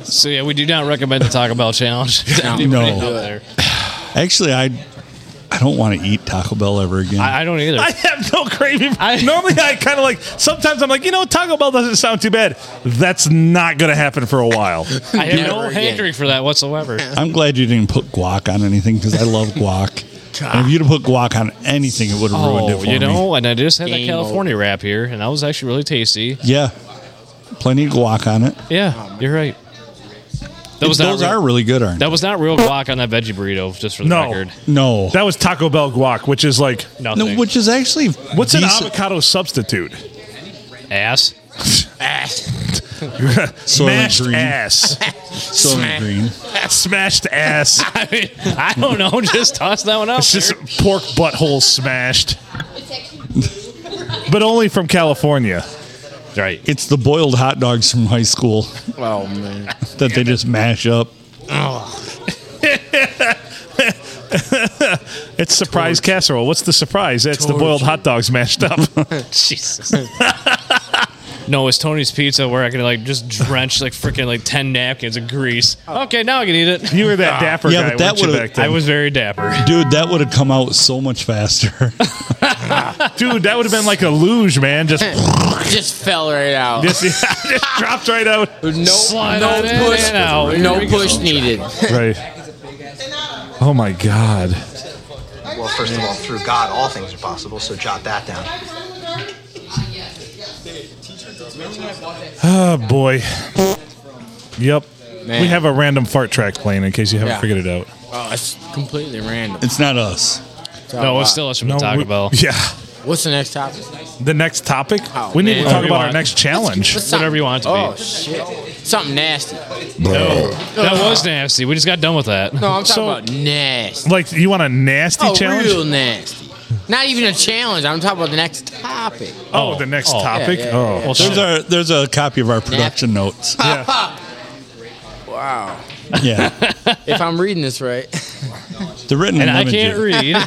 C: So yeah, we do not recommend the Taco Bell challenge. to
F: No.
C: anybody
B: No.
C: out there.
B: actually, I, I don't want to eat Taco Bell ever again.
C: I, I don't either.
A: I have no craving.
C: I-
A: Normally, I kind of like. Sometimes I'm like, you know, Taco Bell doesn't sound too bad. That's not going to happen for a while.
C: I have no
F: Never again.
C: hankering for that whatsoever.
B: I'm glad you didn't put guac on anything because I love guac. And if you'd have put guac on anything, it would have ruined it
C: Oh,
B: for
C: you
B: me.
C: know, and I just had that
F: Game
C: California wrap here, and that was actually really tasty.
B: Yeah, plenty of guac on it.
C: Yeah, you're right. That was
B: Those
C: not
B: are
C: real,
B: really good, aren't they?
C: that was not real guac on that veggie burrito. Just for the
A: No.
C: record,
B: No,
A: That was Taco Bell guac, which is like,
C: nothing.
B: no, which is actually
A: what's an
B: decent.
A: avocado substitute?
C: ass?
B: Soylent
A: Smashed
B: Green.
A: ass.
B: Soylent green.
A: smashed ass.
C: I mean, I don't know. Just toss that one out.
A: It's just pork butthole smashed. but only from California.
C: Right.
B: It's the boiled hot dogs from high school
F: Oh man.
B: that they just mash up.
A: It's surprise casserole. What's the surprise? It's the boiled hot dogs mashed up.
C: Jesus. no, it's Tony's Pizza where I can like just drench like freaking like ten napkins of grease. Okay, now I can eat it.
A: You were that dapper
B: Yeah,
A: guy.
B: but that
A: weren't you,
B: would've-
A: back
C: I
A: then?
C: was very dapper.
B: Dude, that would have come out so much faster.
A: dude. That would have been like a luge, man. Just,
F: Just fell right out.
A: just, just dropped right out.
F: no
C: Slide
F: no
C: on in
F: push.
C: and out.
F: No
C: Here we
F: push needed.
A: Right. Oh my god.
G: Well, first of all, through God, all things are possible, so jot that down.
A: Oh boy. Yep.
F: Man.
A: We have a random fart track playing in case you haven't
F: Yeah.
A: figured it out.
F: Oh, it's completely random.
B: it's not us.
C: No, it's still us from the Taco
A: we-
C: Bell.
A: Yeah.
F: What's the next topic?
A: The next topic.
F: Oh,
A: we need
F: man.
A: to talk
C: Whatever you
A: about our
C: want.
A: next challenge.
F: What's something-
C: Whatever you want it to be.
F: Oh shit. Something nasty.
C: That was nasty. We just got done with that.
F: No, I'm talking
A: So-
F: about nasty.
A: Like, you want a nasty
F: Oh,
A: challenge?
F: real nasty. Not even a challenge. I'm talking about the next topic.
A: Oh, the next
C: Oh. Yeah,
A: topic.
F: yeah,
A: oh.
C: Well,
B: There's
C: shit.
B: our there's a copy of our production notes.
F: Wow.
B: Yeah.
F: if I'm reading this right,
B: The written
C: and I
B: lemon
C: can't
B: juice.
C: read. You know,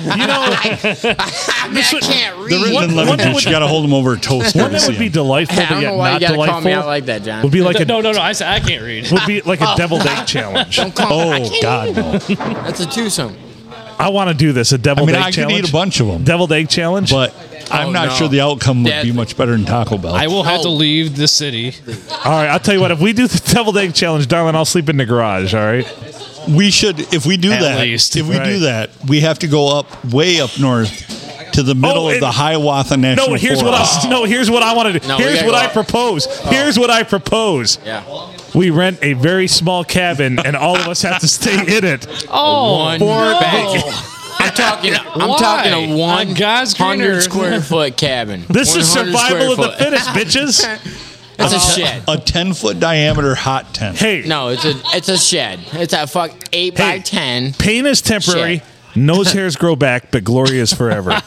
F: I, mean, I can't read.
B: The written and lemon
A: one that
B: juice. You got to hold them over a toaster.
A: One
B: to
A: that
B: see
A: would be
B: 'em.
A: delightful,
F: I
A: but
F: don't
A: yet
F: know why
A: not
F: you gotta
A: delightful.
F: call me out like that, John.
A: would be like a
C: no, no, no. I said I can't read.
A: would be like a
F: Oh.
A: deviled egg challenge.
B: Oh God, no!
F: That's a twosome.
A: I want to do this. A
B: I
A: deviled
B: mean,
A: egg
B: I could
A: challenge.
B: eat a bunch of them,
A: deviled egg challenge.
B: but I'm
F: Oh,
B: not
F: no.
B: sure the outcome would be
F: That-
B: much better than Taco Bell.
C: I will have to
F: No.
C: leave the city.
A: all right, I'll tell you what. If we do the deviled egg challenge, darling, I'll sleep in the garage. All right.
B: we should, if we do
C: At
B: that,
C: least,
B: if we
A: right.
B: do that, we have to go up way up north to the middle
A: Oh,
B: of the
A: and-
B: Hiawatha National
A: No, here's what
B: Forest.
A: I no. Here's what I want to do.
F: No, we
A: here's
F: gotta
A: what
F: go
A: I
F: out.
A: propose. Here's what I propose.
F: Yeah.
A: We rent a very small cabin, and all of us have to stay in it.
C: Oh,
F: One bag. I'm talking. I'm
C: Why?
F: talking a
C: On
F: one
C: God's green
F: hundred
C: earth.
F: square foot cabin.
A: This is
F: 100
A: survival of
F: square
A: the
F: foot.
A: fittest, bitches.
F: That's a shed.
B: A ten foot diameter hot tent.
A: Hey,
F: No, it's a it's a shed. It's a fuck eight
A: Hey.
F: by ten.
A: pain is temporary.
F: Shit.
A: Nose hairs grow back, but glory is forever.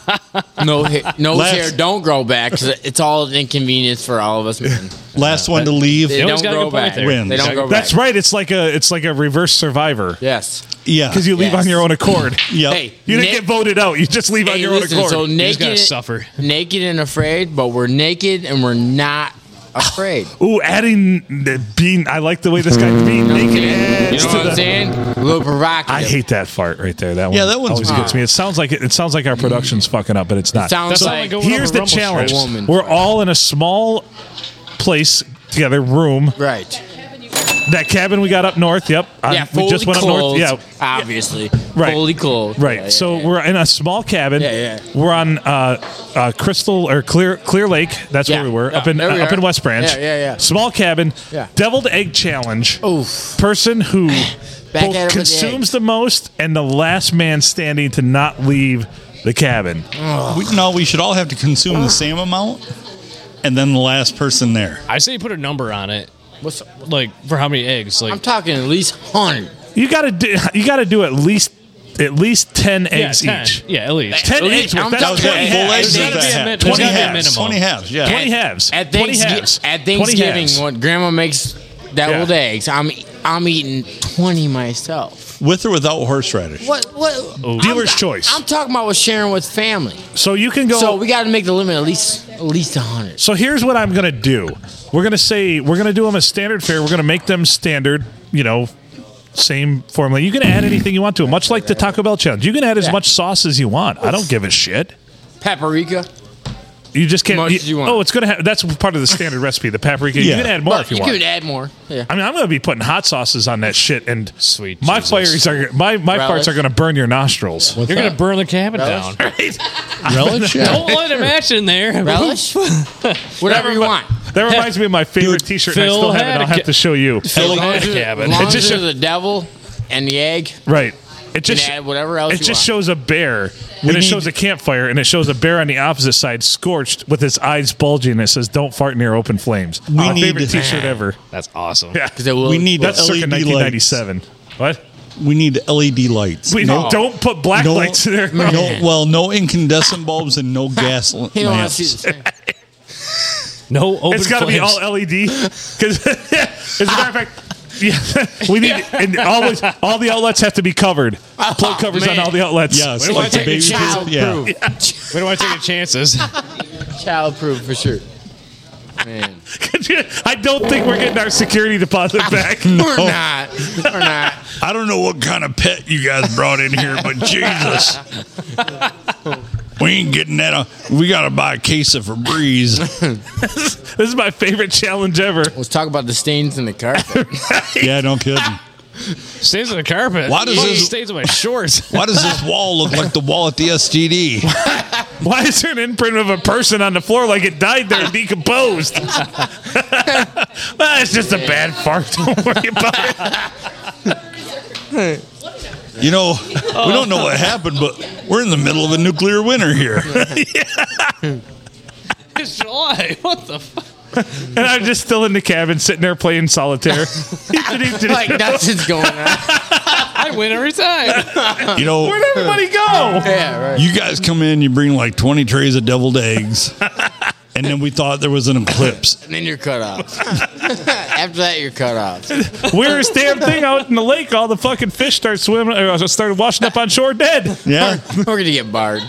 F: No, ha- no
B: Last-
F: hair. Don't grow back 'cause it's all an inconvenience for all of us. Man.
B: Last one to leave.
F: They
C: You always
F: don't
C: got a
F: grow
C: good point
F: back. They
C: there.
B: Wins.
F: don't grow
A: That's
F: back.
A: right. It's like a it's like a reverse survivor
F: Yes.
B: Yeah,
A: because you leave
F: Yes.
A: on your own accord.
B: Yep.
F: Hey,
A: You didn't
F: Nick-
A: get voted out. You just leave on
F: Hey,
A: your
F: listen,
A: own accord.
F: so
C: You just gotta
F: naked,
C: suffer.
F: naked and afraid, but we're naked and we're not afraid.
A: Ooh, adding the being. I like the way this guy being naked
F: You
A: adds
F: know
A: to
F: what I'm
A: the-
F: saying? A little provocative.
A: I hate that fart right there. That one.
B: Yeah, that one's
A: always
B: weird.
A: gets me. It sounds like it, it sounds like our production's fucking up, but it's not.
F: Mm. Sounds
C: That's all I
F: like
C: go- going
A: Here's
C: over
A: the
C: Rumble
A: challenge:
F: Strips. Woman.
A: we're all in a small place together, room.
F: right.
A: That cabin we got up north. Yep. I-
F: Yeah, fully
A: we just went
F: clothed,
A: up north. Yeah.
F: obviously.
A: Right.
F: Fully clothed.
A: Right.
F: Yeah, yeah,
A: so
F: yeah.
A: we're in a small cabin.
F: Yeah, yeah.
A: We're on uh, uh, Crystal or Clear Clear Lake. That's
F: Yeah.
A: where we were up
F: Yeah,
A: in
F: there we
A: uh, up in
F: are.
A: West Branch.
F: Yeah, yeah, yeah.
A: Small cabin.
F: Yeah.
A: Deviled egg challenge.
F: Oof.
A: Person who both
F: Back at it with the
A: consumes
F: eggs.
A: the, most and the last man standing to not leave the cabin.
B: We, no, we should all have to consume the same amount, and then the last person there.
C: I say you put a number on it,
F: What's,
C: like for how many eggs. Like
F: I'm talking at least 100.
A: You gotta do. You gotta do at least at least ten
C: yeah,
A: eggs
C: 10.
A: each.
C: Yeah, at least.
A: Ten
F: I'm
A: eggs. Worth.
F: talking-
A: That's
F: That was
A: twenty
B: it. Full
A: halves.
B: eggs is
C: There's gotta be a
B: that.
C: min- there's
B: 20
C: gotta be a
B: halves.
C: minimum.
B: 20 halves, yeah.
A: 20 halves.
F: At,
A: 20
F: Thanksgi-
A: halves.
F: at
A: 20
F: Thanksgiving,
A: halves.
F: when Grandma makes deviled eggs, I'm e, I'm eating 20 myself.
B: With or without horseradish.
F: What? what I'm-
A: Dealer's choice.
F: I'm talking about with sharing with family.
A: So you can go.
F: So we got to make the limit at least at least 100.
A: So here's what I'm gonna do. We're gonna say we're gonna do them as standard fare. We're gonna make them standard. You know, same formula. You can add anything you want to, 'em, much like the Taco Bell challenge. You can add as
F: Yeah.
A: much sauce as you want. I don't give a shit.
F: Paprika.
A: You just can't.
F: Much as you want.
A: Oh, it's gonna have. That's part of the standard recipe. The paprika.
B: Yeah.
A: You can add more
F: But
A: if you,
F: you
A: want.
F: could add more. Yeah.
A: I mean, I'm gonna be putting hot sauces on that shit, and
C: Sweet
A: my
C: Jesus.
A: fires are my my parts
F: Relish.
A: are gonna burn your nostrils.
C: You're gonna burn the cabin down.
B: Relish?
C: Don't light a match in there.
F: Relish? Whatever you want.
A: That reminds me of my favorite
B: Dude,
A: T-shirt. and I
C: Phil
A: still have it.
C: had a
A: I'll have
C: ca-
A: to show you.
C: Fill
F: As long as
C: the
F: you-
C: cabin.
F: As long
A: It
F: as
A: just
F: you're
A: sho-
F: the devil and the egg,
A: Right. It
F: you
A: just
F: can add whatever else
A: it
F: you
A: just
F: want.
A: shows a bear and it
B: need-
A: shows a campfire and it shows a bear on the opposite side scorched with his eyes bulging and it says "Don't fart near open flames." my
B: need
A: favorite
B: to-
A: T-shirt ever.
C: That's awesome.
A: Yeah.
F: 'Cause it will-
B: We need
A: That's circa
B: LED lights.
A: 1997. What?
B: We need LED lights.
A: We don't put black
B: no-
A: lights in there.
B: No, well, no incandescent bulbs and no gas l-
F: He don't want to see
B: lamps.
F: this.
C: No open
A: It's got to be
C: flames.
A: all LED. Because, as a matter of fact, yeah, we need and always all the outlets have to be covered.
F: Oh,
A: Plug covers on
C: man.
A: all the outlets.
B: Yes,
C: Where do I
B: like the
C: take a
B: baby
C: child
B: poop. Yeah.
C: We don't want to take any chances.
F: Child proof for sure. Man.
A: I don't think we're getting our security deposit back.
F: We're not. We're not.
B: I don't know what kind of pet you guys brought in here, but Jesus. We ain't getting that. On. We got to buy a case of Febreze.
A: This is my favorite challenge ever.
F: Let's talk about the stains in the carpet.
B: yeah, no kidding.
C: Stains on the carpet.
B: Why does
C: Fucking
B: this-
C: stains on my shorts?
B: Why does this wall look like the wall at the STD?
A: Why is there an imprint of a person on the floor like it died there and decomposed? Ah, it's just a bad fart. Don't worry about it.
B: You know, we don't know what happened, but we're in the middle of a nuclear winter here.
C: it's July. What the fuck?
A: And I'm just still in the cabin sitting there playing solitaire.
F: like nothing's going on.
C: I win every time.
B: You know,
A: Where'd everybody go?
F: Yeah, right.
B: you guys come in, you bring like 20 trays of deviled eggs, and then we thought there was an eclipse.
F: And then you're cut off. After that, you're cut off.
A: weirdest damn thing out in the lake. All the fucking fish start swimming, or started washing up on shore dead.
B: Yeah.
F: We're gonna get barred.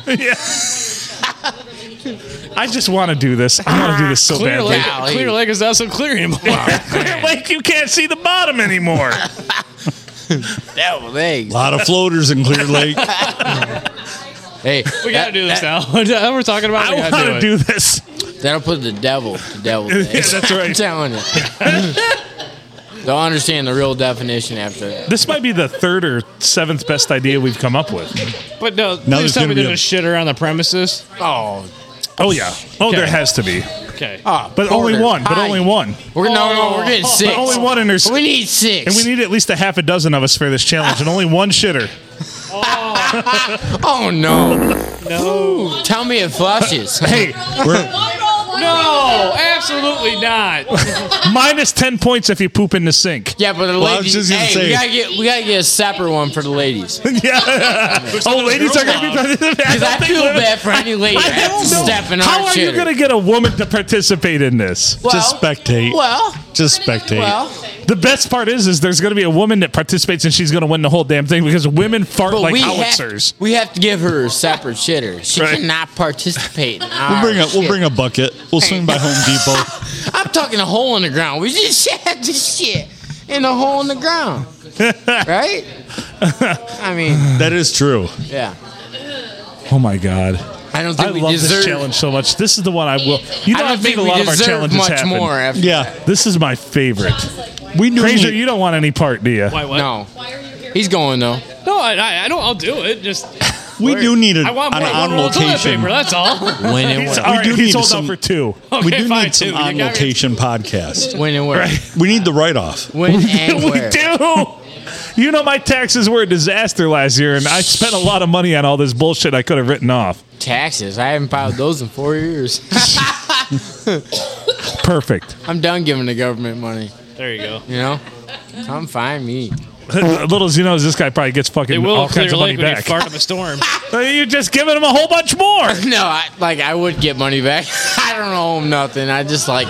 A: I just want to do this. I want to do this so
C: Clear
A: badly.
C: Lake,
F: Golly.
C: Clear Lake is not so clear anymore.
A: Clear lake, you can't see the bottom anymore.
F: Devil eggs.
B: A lot of floaters in Clear Lake.
F: Hey,
C: we gotta
F: that-
C: do this
F: that-
C: now. Now We're talking about. it,
A: I
C: we
A: want
C: gotta
A: to
C: it.
A: do this.
F: That'll put the devil to devil eggs.
A: that's
F: I'm
A: right.
F: telling you. They'll understand the real definition after that.
A: This might be the third or seventh best idea we've come up with.
C: But no,
B: there's
C: please tell
B: gonna
C: me
B: be
C: there's a
B: a-
C: shitter on the premises.
F: Oh,
A: Oh yeah. Oh, there
C: Okay.
A: has to be,
C: Okay.
F: ah,
A: but only
F: Porter.
A: one. But
F: Hi.
A: only one. Ah,
F: We're no, no, we're getting
C: Oh,
F: six.
A: But only one in there's.
F: We need six.
A: And we need at least a half a dozen of us for this challenge, and only one shitter.
F: oh no, no. Tell me it flushes.
A: Hey,
C: no, absolutely not.
A: minus ten points if you poop in the sink.
F: Yeah, but the
B: I was
F: ladies.
B: just gonna
F: hey,
B: say-
F: we gotta get we gotta get a separate one for the ladies.
A: yeah. Oh, ladies are going to be.
F: Because I,
A: don't think
F: feel
A: women-
F: bad for any lady
A: I don't
F: that's
A: know.
F: stepping on
A: How are you
F: shitter.
A: going to get a woman to participate in this?
F: well,
B: Just spectate.
F: Well,
B: Just spectate.
F: well,
A: The best part is, is there's going to be a woman that participates and she's going to win the whole damn thing because women fart
F: but
A: like
F: we
A: howitzers.
F: have, we have to give her a separate shitter. She
A: Right.
F: cannot participate. In our
B: We'll bring a
F: shit.
B: we'll bring a bucket. We'll swing by Home Depot.
F: I'm talking a hole in the ground. We just had the shit in a hole in the ground, right? I mean,
B: That is true.
F: yeah.
A: Oh my god!
F: I don't think
A: I
F: we
A: love
F: deserve.
A: this challenge so much. This is the one I will. You know, I,
F: I don't
A: think
F: think
A: a
F: we
A: lot of our
F: deserve
A: challenges
F: much
A: happen.
F: more after.
B: Yeah.
A: This is my favorite.
B: We knew
A: Ranger, you don't want any part, do you?
C: Why what?
F: No, he's going though.
C: No, I, I- I don't. I'll do it. Just
B: we do need a,
C: I want
B: an
C: more
B: on
C: than one roll of toilet
B: location.
C: paper. That's all.
F: When and
A: He's,
F: where.
A: all right,
B: do
A: he's
B: need
A: holding
B: some-
A: out for two.
B: we
C: Okay,
B: do
C: fine,
B: need some
C: too. You
B: on
C: got me.
B: location podcast.
F: When and where.
B: We need the write off.
F: When and
A: we
F: where.
A: do. You know, my taxes were a disaster last year, and I spent a lot of money on all this bullshit I could have written off.
F: Taxes. I haven't filed those in four years.
A: Perfect.
F: I'm done giving the government money.
C: There you go.
F: You know, come find me.
A: Little as you know, this guy probably gets fucking
C: It will
A: all
C: clear
A: kinds of money
C: lake when you
A: back.
C: fart up a storm.
A: Uh, You're just giving him a whole bunch more.
F: No, I, like I would get money back. I don't owe him nothing. I just like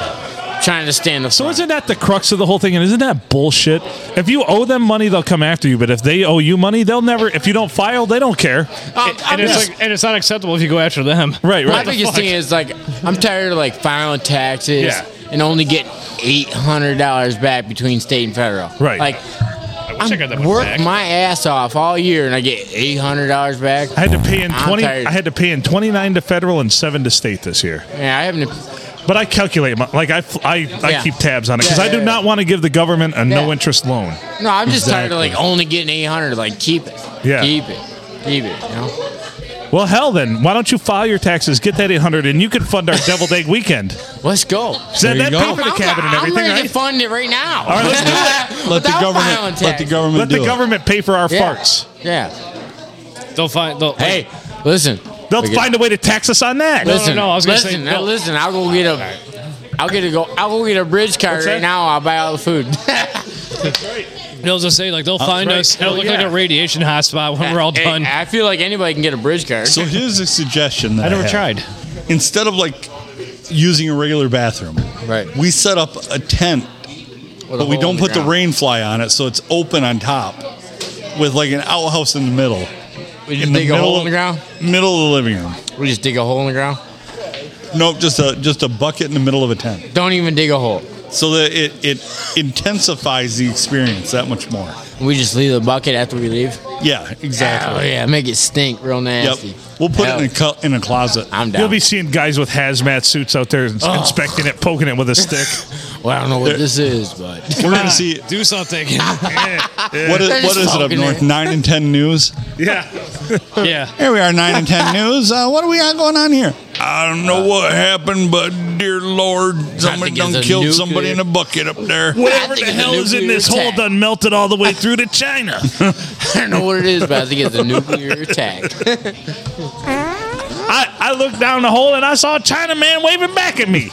F: trying to stand the.
A: So
F: front.
A: isn't that the crux of the whole thing? And isn't that bullshit? If you owe them money, they'll come after you. But if they owe you money, they'll never. If you don't file, they don't care.
F: I'm- Um, I'm
C: and it's
F: just-
C: like, and it's not acceptable if you go after them.
A: Right,
F: My
A: right.
F: biggest thing is like I'm tired of like filing taxes
A: Yeah.
F: and only getting eight hundred dollars back between state and federal.
A: Right.
F: Like
C: I wish
F: I
C: I got that one
F: work
C: back.
F: my ass off all year and I get eight hundred dollars back.
A: I had to pay in
F: I'm
A: twenty.
F: tired.
A: I had to pay in twenty nine to federal and seven to state this year.
F: Yeah, I haven't.
A: But I calculate my like I I, I
F: Yeah.
A: keep tabs on it because
F: Yeah,
A: I do
F: yeah,
A: not want to give the government a
F: Yeah.
A: no interest loan.
F: No, I'm just tired
B: Exactly.
F: of like only getting eight hundred. Like keep it.
A: Yeah.
F: Keep it. Keep it. You know.
A: Well, hell, then why don't you file your taxes, get that eight hundred, and you can fund our deviled egg weekend.
F: Let's go.
A: So
B: There you
A: that
B: go.
A: pay for the cabin and
F: I'm
A: everything,
F: ready to
A: right?
F: fund it right now.
A: right, let's do
B: Let the
F: Without filing
B: government let the
F: taxes.
B: government
A: Let
B: do
A: the
B: it.
A: government pay for our
F: Yeah.
A: farts.
F: Yeah.
C: They'll find. They'll,
F: Hey, listen.
A: They'll
F: We get-
A: find a way to tax us on that.
C: No, no,
F: Listen,
C: no, I was gonna say
F: listen,
C: no.
F: listen. I'll go get a, I'll get a go. I'll go get a bridge card
A: What's that?
F: right now. I'll buy all the food.
C: They'll just say like they'll find
A: right.
C: us. It'll
A: Hell
C: look like
A: yeah.
C: a radiation hotspot when we're all
F: Hey,
C: done.
F: I feel like anybody can get a bridge card.
B: So here's a suggestion that I, have. Instead of like using a regular bathroom.
F: Right.
B: We set up a tent, but we don't put the rain fly on it, so it's open on top with like an outhouse in the middle.
F: We
B: in
F: just
B: the
F: dig a
B: middle
F: hole in
B: of-
F: the ground.
B: Middle of the living room.
F: We just dig a hole in the ground.
B: Nope, just a just a bucket in the middle of a tent.
F: Don't even dig a hole.
B: So that it, it intensifies the experience that much more.
F: We just leave the bucket after we leave.
B: Yeah,
F: Oh
B: exactly.
F: yeah, make it stink real nasty.
B: Yep. We'll put
F: Hell,
B: it in a cu- in a closet.
F: I'm down.
A: You'll be seeing guys with hazmat suits out there ins- inspecting it, poking it with a stick.
F: well, I don't know what this is, but
B: We're gonna see
C: Do something.
A: Eh,
B: what is,
F: They're
B: what
F: just
B: is it up
F: poking
B: north?
F: it.
B: Nine and ten news.
A: yeah.
C: yeah.
B: Here we are, nine and ten news. Uh, what are we got going on here? I don't know what happened, but dear Lord, somebody
F: think
B: done
F: it's a
B: killed
F: nuclear-
B: somebody in a bucket up there.
A: Whatever
F: I
A: the
F: think it's a
A: hell is in
F: nuclear
A: this hole
F: attack.
A: done melted all the way through to China.
F: I don't know what it is. But I think it's a nuclear attack.
A: I, I looked down the hole and I saw a China man waving back at me.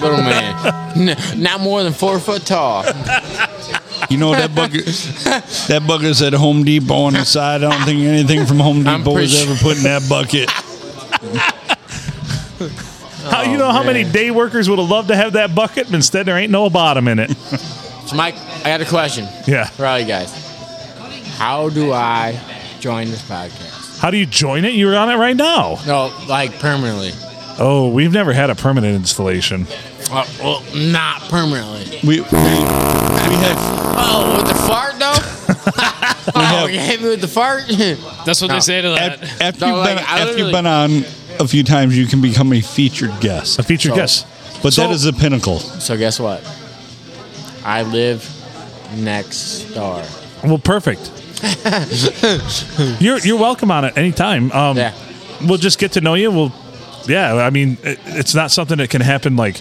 F: Little man, N- not more than four foot tall.
B: You know that bucket? that bucket's at Home Depot on the side. I don't think anything from Home
F: I'm
B: Depot was
F: pretty
B: ever put in that bucket.
A: How
B: Oh,
A: you know how many
F: man.
A: day workers would have loved to have that bucket, but instead there ain't no bottom in it.
F: So Mike, I got a question
A: Yeah.
F: for all you guys. How do I join this podcast?
A: How do you join it? You're on it right now.
F: No, like permanently.
A: Oh, we've never had a permanent installation.
F: Uh, well, not permanently.
B: We we had
F: Oh, with the fart though. oh, you hit me with the fart.
C: That's what they
F: No.
C: say to that.
B: af- after
F: No,
B: you've been
F: like, I
B: after you've
F: literally-
B: been on a few times, you can become a featured guest.
A: A featured
F: So-
A: guest.
B: But
A: So-
B: that is the pinnacle.
F: so guess what? I live next door.
A: Well, perfect. you're you're welcome on it anytime. Um,
F: Yeah.
A: We'll just get to know you. We'll, yeah. I mean, it, it's not something that can happen. Like,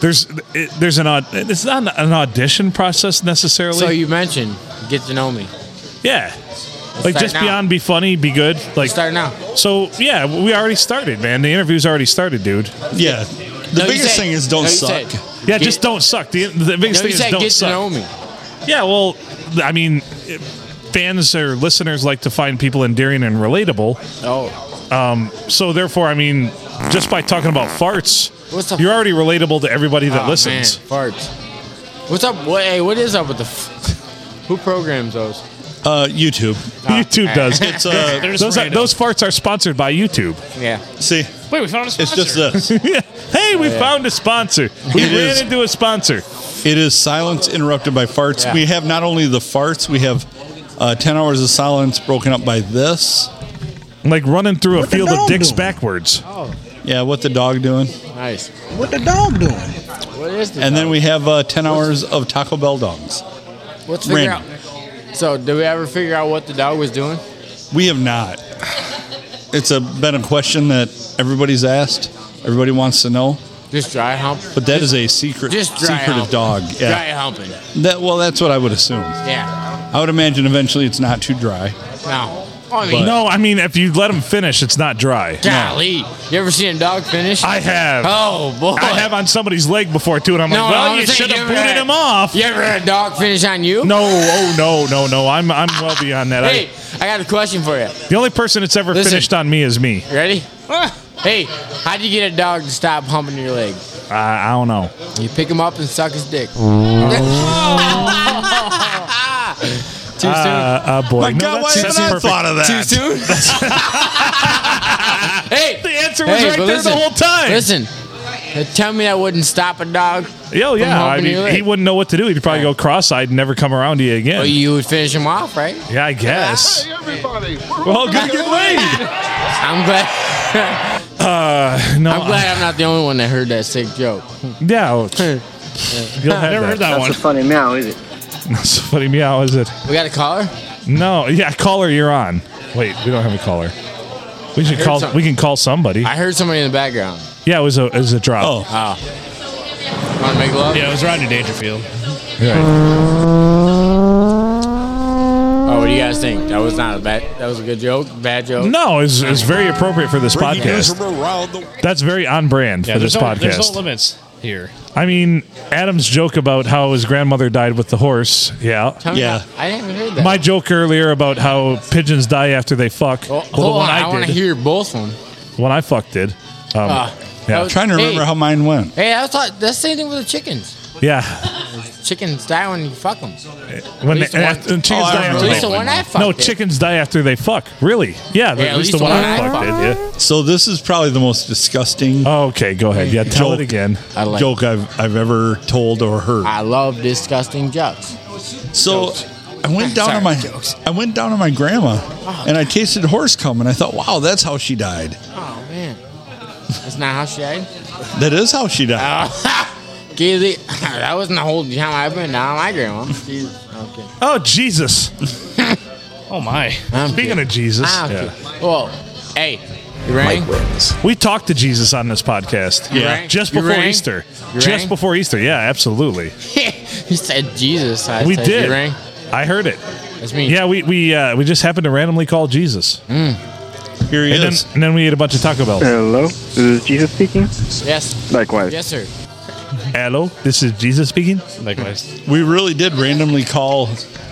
A: there's it, there's an aud- it's not an audition process necessarily.
F: So you mentioned get to know me.
A: yeah. Like
F: start
A: just
F: now.
A: beyond be funny, be good. Like
F: Start now.
A: so, yeah. We already started, man. The interview's already started, dude.
B: Yeah. The
F: No, you
B: biggest
F: said-
B: thing is don't
F: no, you
B: suck.
F: said-
A: Yeah,
F: Get-
A: just don't suck. The, the biggest thing
F: No, you
A: is
F: said
A: don't
F: get
A: suck.
F: to know me.
A: Yeah, well, I mean, it- fans or listeners like to find people endearing and relatable.
F: Oh,
A: So therefore, I mean, just by talking about farts,
F: What's the-
A: you're already relatable to everybody that
F: oh,
A: listens.
F: man, farts. What's up? What, hey, what is up with the? F- who programs those?
B: Uh, YouTube.
F: Ah,
A: YouTube does.
B: It's uh,
C: They're just
A: those,
C: random.
A: those farts are sponsored by YouTube.
F: Yeah.
B: see,
C: Wait, we found a
B: it's
C: sponsor.
B: just this.
A: hey, we found a sponsor. We
B: It
A: ran
B: is-
A: into a sponsor.
B: It is silence interrupted by farts.
F: Yeah.
B: We have not only the farts, we have uh, 10 hours of silence broken up by this.
A: Like running through a
H: the
A: field of
H: dog
A: dicks
H: doing?
A: backwards.
B: Yeah, what the dog doing.
F: Nice.
H: What the dog doing?
F: What is this?
B: And then we have uh, 10 hours of Taco Bell dogs.
F: Let's figure
B: Random.
F: out. So, did we ever figure out what the dog was doing?
B: We have not. It's a, been a question that everybody's asked. Everybody wants to know,
F: Just dry hump.
B: but that is a secret,
F: Just dry
B: secret of
F: hump.
B: dog.
F: Dry
B: Yeah.
F: humping.
B: That, well, that's what I would assume.
F: Yeah.
B: I would imagine eventually it's not too dry.
F: No. I mean,
A: No, I mean, if you let them finish, it's not dry.
F: golly. You ever seen a dog finish?
A: I have.
F: oh boy.
A: I have on somebody's leg before too, and I'm like, well,
F: I'm
A: you
F: saying
A: should have
F: ever
A: booted
F: had-
A: him off.
F: You ever had a dog finish on you?
A: No, oh no, no, no. I'm I'm well beyond that.
F: Hey, I got a question for you.
A: I, the only person that's ever
F: Listen.
A: finished on me is me.
F: Ready?
A: Ah.
F: hey, how'd you get a dog to stop humping your leg?
A: I, I don't know.
F: You pick him up and suck his dick. Too soon.
A: Uh, uh, boy.
B: My
A: No,
B: God, why
A: that's,
B: haven't
A: that's perfect.
B: I thought of
F: Too
B: that?
F: soon. hey,
A: The answer was right
F: but
A: there the whole time.
F: Listen, uh, tell me that wouldn't stop a dog.
A: Yo, yeah. I
F: humping your
A: mean,
F: leg.
A: he wouldn't know what to do. He'd probably go cross-eyed and never come around to you again.
F: Well, you would finish him off, right?
A: yeah, I guess. Well, good get laid.
F: I'm glad.
A: Uh, no,
F: I'm glad I'm not the only one that heard that sick joke.
A: I- yeah, well, you'll have
C: Never heard that one.
I: funny now, is it?
A: That's a funny meow, is it?
F: We got a caller.
A: No, yeah, caller, you're on. Wait, we don't have a caller. We should
F: heard
A: call.
F: something.
A: We can call somebody.
F: I heard somebody in the background.
A: yeah, it was a it was a drop.
B: Oh.
F: Want to make love?
C: Yeah, it was Rodney Dangerfield.
F: Oh, what do you guys think? That was not a bad. That was a good joke. Bad joke.
A: No, it's, it's very appropriate for this
B: Breaking news
A: podcast.
B: from around the-
A: That's very on brand
C: Yeah,
A: for
C: there's
A: this
C: no,
A: podcast.
C: there's no limits here.
A: I mean, Adam's joke about how his grandmother died with the horse. Yeah.
F: Tell me
B: Yeah.
F: that. I haven't heard that.
A: My joke earlier about how pigeons die after they fuck.
F: Well,
A: well,
F: hold
A: the one
F: on, Oh, I,
A: I,
F: want to
A: did,
F: hear both of them.
A: the one I fucked did. Um, yeah.
F: Oh,
B: Trying to remember
F: hey.
B: how mine went.
F: Hey, I was taught, that's the same thing with the chickens.
A: yeah.
F: Chickens die when you fuck them.
A: When
F: least
A: they-
F: the one-
A: after- chickens
B: Oh, I
A: die after they
B: remember that
F: one. At least the one I fucked
A: No,
F: did.
A: chickens die after they fuck. Really? Yeah, the-
F: Yeah,
A: at least the one I fucked did.
F: fucked.
A: Yeah.
B: So this is probably the most
A: Oh.
B: disgusting
A: Okay, go ahead. Yeah, tell
B: Joke.
A: it again.
F: I like. Ah,
B: joke I've, I've ever told or heard.
F: I love disgusting jokes.
B: So I went down
F: Sorry,
B: to my
F: jokes.
B: I went down to my grandma and I tasted horse cum and I thought, wow, that's how she died.
F: Oh man, that's not how she ate.
B: That is how she died.
F: Kizzy, that wasn't the whole time I've been down my grandma. She's okay.
A: Oh Jesus!
C: Oh my.
F: I'm
A: Speaking of Jesus,
F: Ah,
A: yeah.
F: okay. Well, hey, you rang?
A: we talked to Jesus on this podcast.
F: Yeah. rang?
A: just
F: You
A: before
F: rang?
A: Easter.
F: You
A: just
F: rang?
A: before Easter. Yeah, absolutely.
F: he said Jesus. I
A: we
F: said,
A: did.
F: You rang?
A: I heard it.
F: That's me.
A: Yeah, we we uh, we just happened to randomly call Jesus,
F: Ah.
B: Here he
A: and then
B: is.
A: and then we ate a bunch of Taco Bell.
H: Hello, this is Jesus speaking.
F: Yes.
H: Likewise.
F: Yes, sir.
A: Hello, this is Jesus speaking.
C: Likewise.
B: we really did randomly call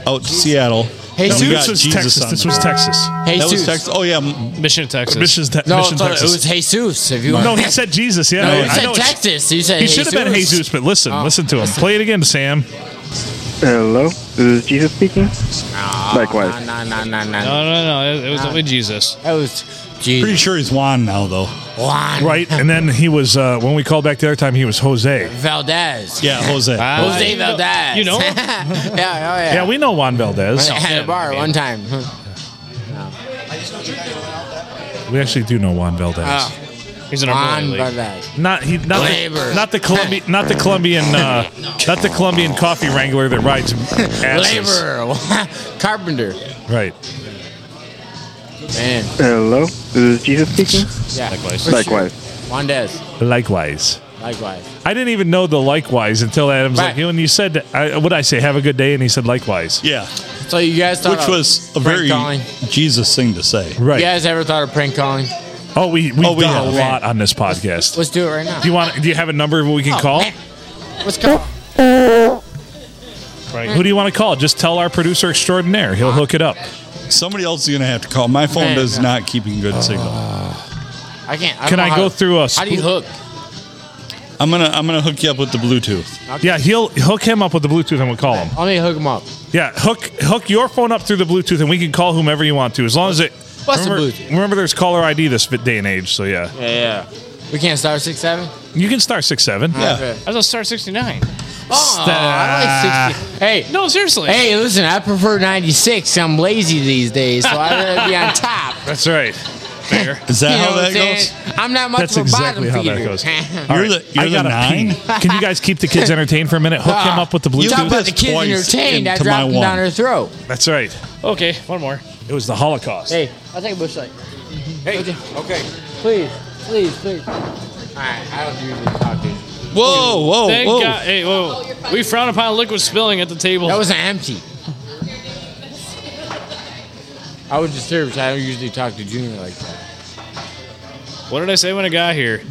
B: out to Seattle.
F: Hey,
B: And we
A: This
F: Zeus
B: got
A: was
B: Jesus
A: Texas.
B: on
A: This
B: there.
A: was Texas.
F: Hey,
B: that was
F: Zeus.
B: Texas. Oh yeah, m-
C: Mission Texas.
A: Mission, Te-
F: no,
A: Mission
F: I thought
A: Texas.
F: it was Jesus. If you
A: no, he said Jesus. Yeah,
F: No,
A: I-
F: you
A: I
F: said
A: know it's-
F: Texas. You said
A: He should have been Jesus, but listen,
F: Oh,
A: listen to him. Play it again, Sam.
H: Hello, this is Jesus speaking. Likewise.
F: No, no, no, no, no.
C: No, no, no. It, it was definitely Jesus.
F: That was
B: pretty
F: Jesus.
B: sure he's Juan now though.
F: Juan
A: Right, and then he was uh, when we called back the other time. He was Jose.
F: Valdez.
B: Yeah, Jose.
F: Jose
C: you know-
F: Valdez.
C: You know?
F: yeah, oh, yeah.
A: Yeah, we know Juan Valdez.
F: At a bar one time.
A: We actually do know Juan Valdez.
F: Oh,
C: He's an
F: Juan
C: Armani league.
F: Valdez.
A: Not he, not the,
F: Labor.
A: not the Colombian, not the Colombian, uh, not the Colombian coffee wrangler that rides asses.
F: Labor. Carpenter.
A: Right.
F: Man.
H: Hello, this is Jesus speaking.
F: Yeah.
C: Likewise.
F: For sure.
H: Likewise.
F: Juandez.
A: Likewise.
F: Likewise.
A: I didn't even know the likewise until Adam's
F: Right.
A: like, you know, and you said, I, what I say? Have a good day, and he said likewise.
B: Yeah,
F: So you guys thought
B: which
F: of
B: was a
F: prank
B: very
F: calling?
B: Jesus thing to say.
A: Right.
F: You guys ever thought of prank calling?
A: Oh, we we've
B: Oh, we
A: done a
B: have.
A: lot on this podcast.
F: Let's do it right now.
A: Do you want? Do you have a number we can
F: Oh,
A: call?
F: man. Let's go.
A: Right. Who do you want to call? Just tell our producer extraordinaire. He'll hook it up.
B: Somebody else is gonna have to call. My phone
F: Man,
B: does
F: no.
B: not keeping good signal.
F: I can't. I don't
A: Can
F: know
A: I
F: how
A: go
F: to-
A: through a
F: How do you hook?
B: I'm gonna I'm gonna hook you up with the Bluetooth.
A: Yeah, he'll hook him up with the Bluetooth and we'll call him.
F: Let me hook him up.
A: Yeah, hook hook your phone up through the Bluetooth and we can call whomever you want to, as long as it.
F: What's the
A: remember,
F: Bluetooth?
A: Remember, there's caller ID this day and age, so yeah,
F: Yeah, yeah. We can't start six seven.
A: you can star six seven.
B: Yeah.
C: I was on Star 69.
F: Oh, I like sixty. Hey,
C: No, seriously.
F: hey, listen. I prefer ninety six. I'm lazy these days, so I'd rather be on top.
A: That's right. Fair.
B: Is that
F: You know
B: how
F: what
B: that
F: I'm saying?
B: goes?
F: I'm not much
A: That's
F: of a
A: exactly how
F: bottom
A: that
F: feeder.
A: goes.
B: You're
A: All
B: the you're
A: I
B: the
A: gotta
B: nine.
A: pee. Can you guys keep the kids entertained for a minute? Hook
F: Ah.
A: him up with the
B: You
F: Talk
A: Bluetooth.
F: about the
B: this
F: kids
B: twice
F: entertained. I
B: into my
F: dropped them down
B: one.
F: her throat.
A: That's right.
C: Okay, one more.
A: It was the Holocaust.
F: Hey, I'll take a bush light. Hey, okay. Please, please, please. All right, I don't usually talk to you.
B: Whoa, whoa,
C: Thank
B: whoa!
C: God. Hey, whoa. We frown upon liquid spilling at the table.
F: That wasn't empty. I was disturbed. 'cause I don't usually talk to Junior like that.
C: what did I say when I got here?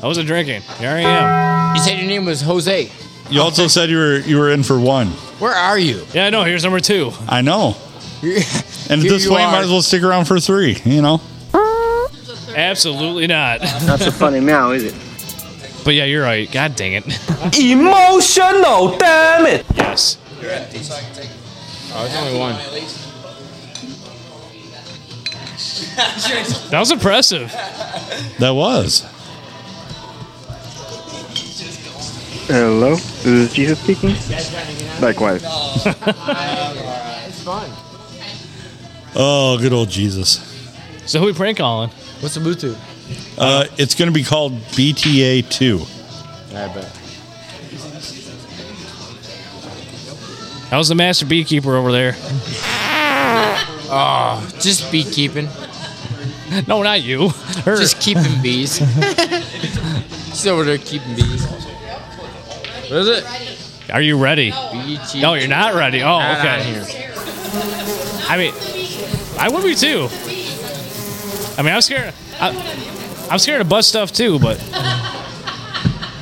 C: I wasn't drinking. Here I am.
F: You said your name was Jose.
B: You also said you were you were in for one.
F: Where are you?
C: Yeah, I know. Here's number two.
B: I know. And at
F: Here
B: this
F: you
B: point,
F: are.
B: might as well stick around for three. You know.
C: Absolutely not.
I: Not so funny now, is it?
C: But yeah, you're right. God dang it.
I: Emotional, damn it!
C: Yes.
F: Oh, it's only one.
C: That was impressive.
B: That was.
H: Hello, this is Jesus speaking. Likewise.
F: It's fun.
B: Oh, good old Jesus.
C: So who we prank calling?
F: What's the Bluetooth?
B: Uh, it's going to be called BTA two.
F: I bet.
C: That was the master beekeeper over there.
F: Just beekeeping.
C: No, not you. Her.
F: Just keeping bees. She's over there keeping bees. What is it?
C: Are you ready?
F: B-E-T.
C: No, you're not ready. Oh,
F: Not on
C: okay.
F: here.
C: I mean, I would be too. I mean, I'm scared. I, I'm scared of bus stuff too, but.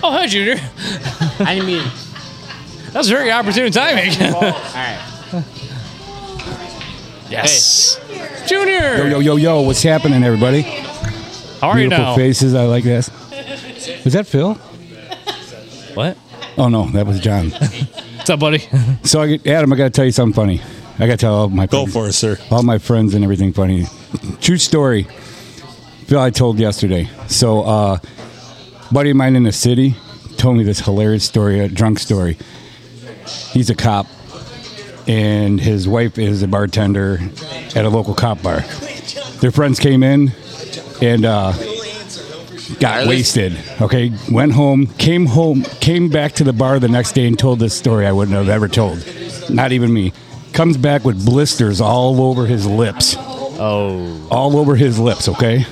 C: Oh, hi, Junior.
F: I mean,
C: That was very opportune timing.
F: all right.
C: yes. Junior.
J: Yo, yo, yo, yo, what's happening, everybody?
C: How How are you
J: Beautiful
C: now?
J: faces. I like this. Is that Phil?
C: What?
J: Oh no, that was John.
C: What's up, buddy?
J: so I, get- Adam, I got to tell you something funny. I got to tell all my go
B: for it, sir.
J: All my friends and everything funny. True story. Phil, I told yesterday. So, uh, buddy of mine in the city told me this hilarious story, a drunk story. He's a cop, and his wife is a bartender at a local cop bar. Their friends came in, and uh, got wasted. Okay, went home, came home, came back to the bar the next day and told this story I wouldn't have ever told. Not even me. Comes back with blisters all over his lips. Oh. All over his lips, okay?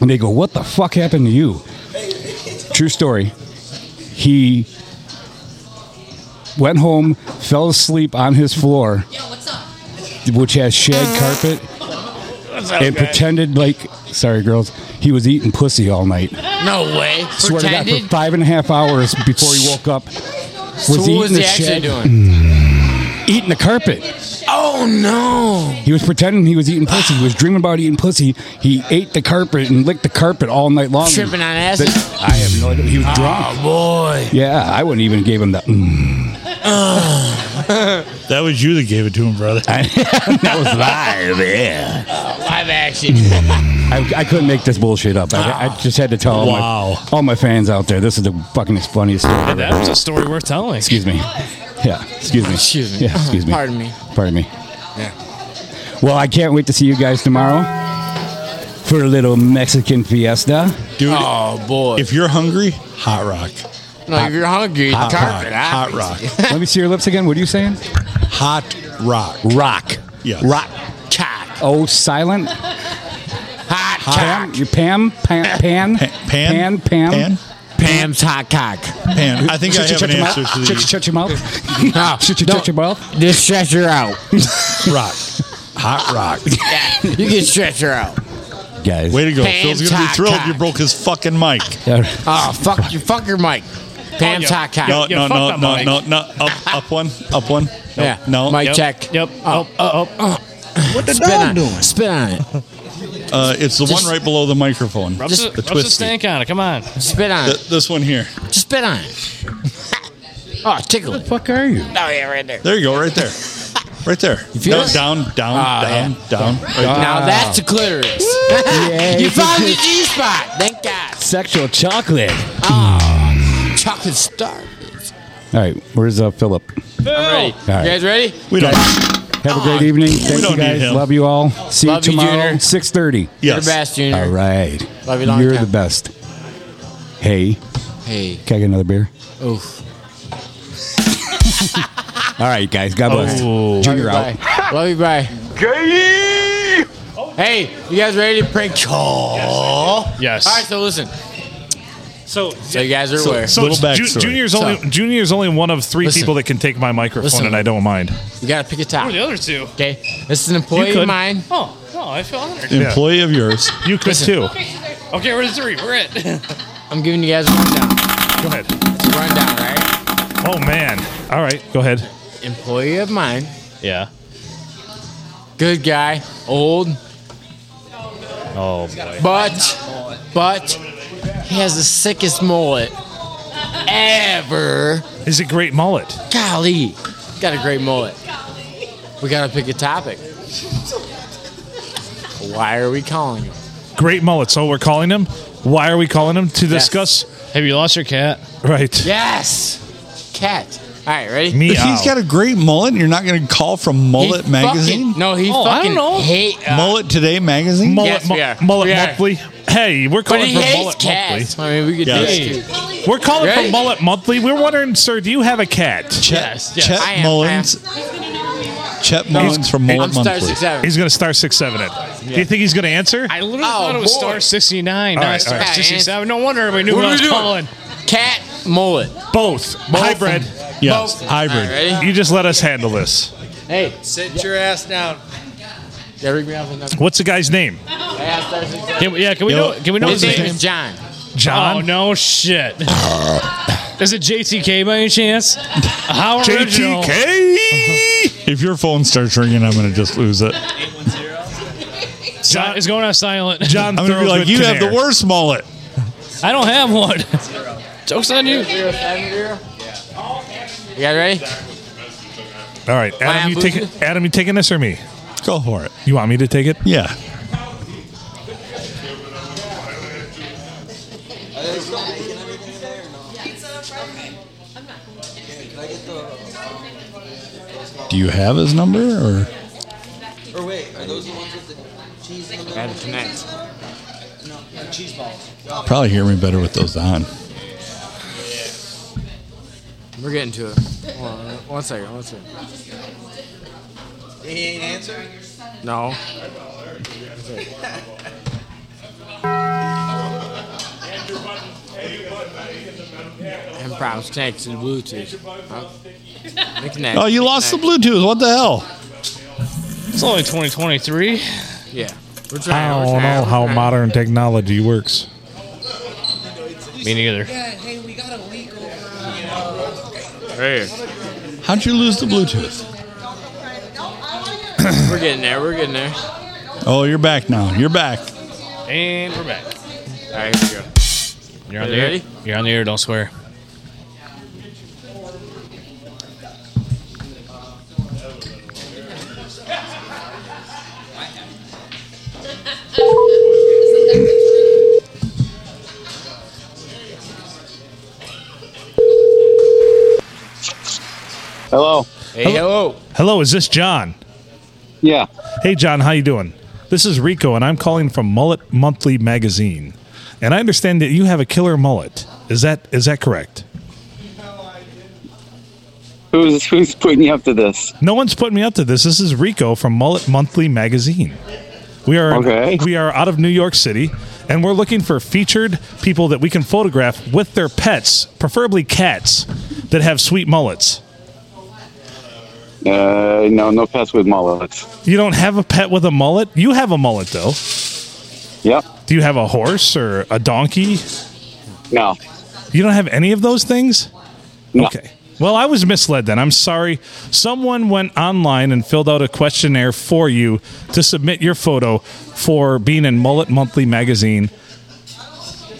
J: And they go, "What the fuck happened to you?" True story. He went home, fell asleep on his floor, which has shag carpet, and pretended like, sorry girls, he was eating pussy all night.
F: No way.
J: Swear to God, for
F: Pretended.
J: five and a half hours before he woke up, was
F: So what
J: eating
F: was
J: the
F: he actually
J: shag-
F: doing?
J: Eating the carpet.
F: Oh no!
J: He was pretending he was eating pussy. He was dreaming about eating pussy. He ate the carpet and licked the carpet all night long.
F: Tripping on
J: Mm. That-
F: acid.
J: I have no idea. He was drunk.
F: Boy.
J: Yeah, I wouldn't even gave him the. Mm.
B: That was you that gave it to him, brother.
J: that was live. Yeah,
F: Live action.
J: I, I couldn't make this bullshit up. I, I just had to tell all,
B: Wow.
J: my, all my fans out there. This is the fucking funniest story. I've
C: That
J: ever-
C: was a story worth telling.
J: Excuse me. Yeah. Excuse me.
F: Excuse me. Uh-huh.
J: Yeah. Excuse me.
F: Pardon me.
J: Pardon me. Well, I can't wait to see you guys tomorrow for a little Mexican fiesta.
B: Dude,
F: Oh boy.
B: if you're hungry, hot rock.
F: no, if you're hungry,
B: Hot rock.
F: carpet.
B: Hot
F: obviously.
B: rock.
J: Let me see your lips again. What are you saying?
B: Hot rock.
J: Rock.
B: Yes.
J: Rock.
F: Cock.
J: Oh, silent.
F: Hot
J: Pam.
F: cock.
J: You Pam. Pam. Pan.
B: Pa- Pan?
J: Pan. Pam.
B: Pan?
F: Pam's hot cock.
B: Pan. I think I
J: Shut your-
B: have
J: shut
B: an
J: your
B: answer
J: mouth.
B: to
J: Shut your-
B: the
J: shut your mouth.
F: No,
J: Shut your-
F: don't.
J: shut your mouth.
F: Just stretch her out.
B: rock. Hot rock.
F: you can stretch her out.
J: Guys.
B: Way to go.
F: Pan
B: Phil's going to be
F: cock
B: thrilled
F: cock.
B: you broke his fucking mic.
J: Yeah.
F: Oh fuck you, fuck your mic.
J: Oh,
F: Pam's hot cock.
B: No,
C: yeah,
B: no,
C: fuck
B: no,
C: that
B: no,
C: mic.
B: no, no. Up, up one. Up one. No,
F: yeah.
B: No.
F: Mic
C: Yep.
F: check.
C: Yep. Oh, oh, oh.
F: What the spit dog on, doing? Spit on it.
B: Uh, it's the
F: Just-
B: one right below the microphone.
C: Rub the,
B: the
C: rub the
B: twisty.
C: stank on it. Come on.
F: Spit on
B: Th-
F: it.
B: this one here.
F: Just spit on it. oh, tickle it.
J: fuck are you?
F: Oh yeah, right there.
B: There you go. Right there. Right there.
F: feel
B: Down, down,
F: it?
B: down,
F: Ah,
B: down, down. Right there.
F: Now that's the clitoris.
J: Yay.
F: you found the G spot. Thank God.
J: Sexual chocolate.
F: Chocolate star.
J: All right. Where's uh, Philip?
F: All right. You
J: right.
F: guys ready?
B: We don't.
J: Have a great evening. Thank
B: don't
J: you
B: need
J: guys.
B: him.
J: Love you all. See
F: Love
J: you
F: you,
J: tomorrow,
F: Junior.
J: six thirty.
F: You're the
B: Yes.
F: best, Junior.
J: All right.
F: Love you long
J: You're
F: time.
J: the best. Hey,
F: Hey.
J: can I get another beer?
F: Oof.
J: All right, guys. God bless.
A: Oh.
J: Junior out.
F: Bye. Oh. Love you. Bye. Hey, you guys ready to prank call?
C: Yes.
F: All right, so listen.
A: So,
F: So you guys are aware.
A: so
B: Little
A: it's Ju-
B: backstory.
A: Junior's only Junior's only one of three
F: Listen.
A: people that can take my microphone,
F: Listen.
A: and I don't mind.
F: you gotta pick
C: Who
F: a
C: are
F: top.
C: the other two?
F: Okay, this is
A: Oh,
F: an
A: You
F: employee
A: could.
F: of mine.
C: Oh, no, I feel honored.
B: Employee of yours.
A: You could
F: Listen.
A: too.
C: Okay, we're the three. We're it.
F: I'm giving you guys a rundown.
A: Go ahead.
F: It's a rundown, all right?
A: Oh man. All right. Go ahead.
F: Employee of mine.
C: yeah.
F: Good guy. Old.
C: Oh boy.
F: But, but he has the sickest mullet ever.
A: Is it great mullet?
F: Golly, got a great mullet. We gotta pick a topic. Why are we calling him?
A: Great mullet. So we're calling him. Why are we calling him to
F: Yes.
A: discuss?
C: Have you lost your cat?
A: Right.
F: Yes, cat. All right, ready?
A: Me
B: If he's got a great mullet, and you're not going to call from
F: He
B: Mullet Magazine?
F: Fucking, no, he
C: Oh, I
F: fucking
C: don't know.
F: hate. Uh,
B: mullet Today Magazine?
A: mullet.
F: Yes, we are.
A: Mullet
F: We are.
A: monthly. Hey, we're
F: but
A: calling
F: he
A: for
F: hates
A: mullet
F: cats.
A: monthly.
F: I mean, we could
B: Yes.
F: do this. too.
A: We're calling
F: Right.
A: for mullet monthly. We're wondering, sir, do you have a cat?
B: Chet,
F: Yes, yes.
B: Chet
F: I am, I
B: Mullins. Chet Mullins from
F: I'm
B: Mullet
F: star
B: Monthly.
F: six seven.
A: He's going to star six seven it. Do you think he's going to answer?
C: I literally
F: Oh,
C: thought it was
F: boy.
C: star 69,
A: All
C: not
A: right,
C: star
A: all right.
C: 67. No wonder everybody knew
F: What
C: what,
F: are
C: I was
F: we doing?
C: calling.
F: Cat mullet. All
A: Both. Hybrid.
B: Yes,
F: right,
B: hybrid.
F: ready?
A: You just let us handle this.
F: Hey,
E: Sit your ass down.
F: yeah, bring me up another.
A: What's the guy's name?
F: Hey, star six seven.
C: Can, we- yeah, can we
B: Yo,
C: know? Can we know
F: His
C: his
F: name
C: name?
F: is John.
A: John.
C: Oh no, shit. Is it JTK by any chance? How original?
A: JTK.
B: Uh-huh. If your phone starts ringing, I'm going to just lose it.
C: John is going on silent.
A: John
B: I'm gonna be like, you have the worst mullet.
C: I don't have one. Joke's on you.
F: You guys ready?
A: All right, Adam, you take it. Adam, you taking this or me?
B: Go for it.
A: You want me to take it?
B: Yeah. Do you have his number or?
K: Or wait, are those the ones with the cheese?
F: Add to next.
K: No, the cheese balls.
B: Probably hear me better with those on.
F: We're getting to it. Hold on, one second, one second.
K: He ain't answering.
F: No. Improv connected to Bluetooth. Huh? They connect,
B: Oh, you
F: they
B: lost the
F: connect.
B: Bluetooth. What the hell?
C: It's only 2023.
F: Yeah. We're
A: I
F: trying.
A: don't know how modern technology works.
C: Me neither.
K: hey, we got a leak over.
F: Hey,
B: How'd you lose the Bluetooth?
F: we're getting there. We're getting there.
B: Oh, you're back now. You're back.
C: And we're back.
F: All right, here we go.
C: You're on
F: You
C: the air.
F: ready?
C: You're on the air. Don't swear.
D: Hello.
F: Hey, hello.
A: Hello, is this John?
D: Yeah.
A: Hey, John, how you doing? This is Rico, and I'm calling from Mullet Monthly Magazine. And I understand that you have a killer mullet. Is that is that correct?
H: Who's who's putting you up to this?
A: No one's putting me up to this. This is Rico from Mullet Monthly Magazine. We are
H: Okay.
A: we are out of New York City, and we're looking for featured people that we can photograph with their pets, preferably cats, that have sweet mullets.
H: Uh, no, no pets with mullets.
A: You don't have a pet with a mullet. You have a mullet though.
H: Yep.
A: Do you have a horse or a donkey?
H: No.
A: You don't have any of those things?
H: No.
A: Okay. Well, I was misled then. I'm sorry. Someone went online and filled out a questionnaire for you to submit your photo for being in Mullet Monthly magazine.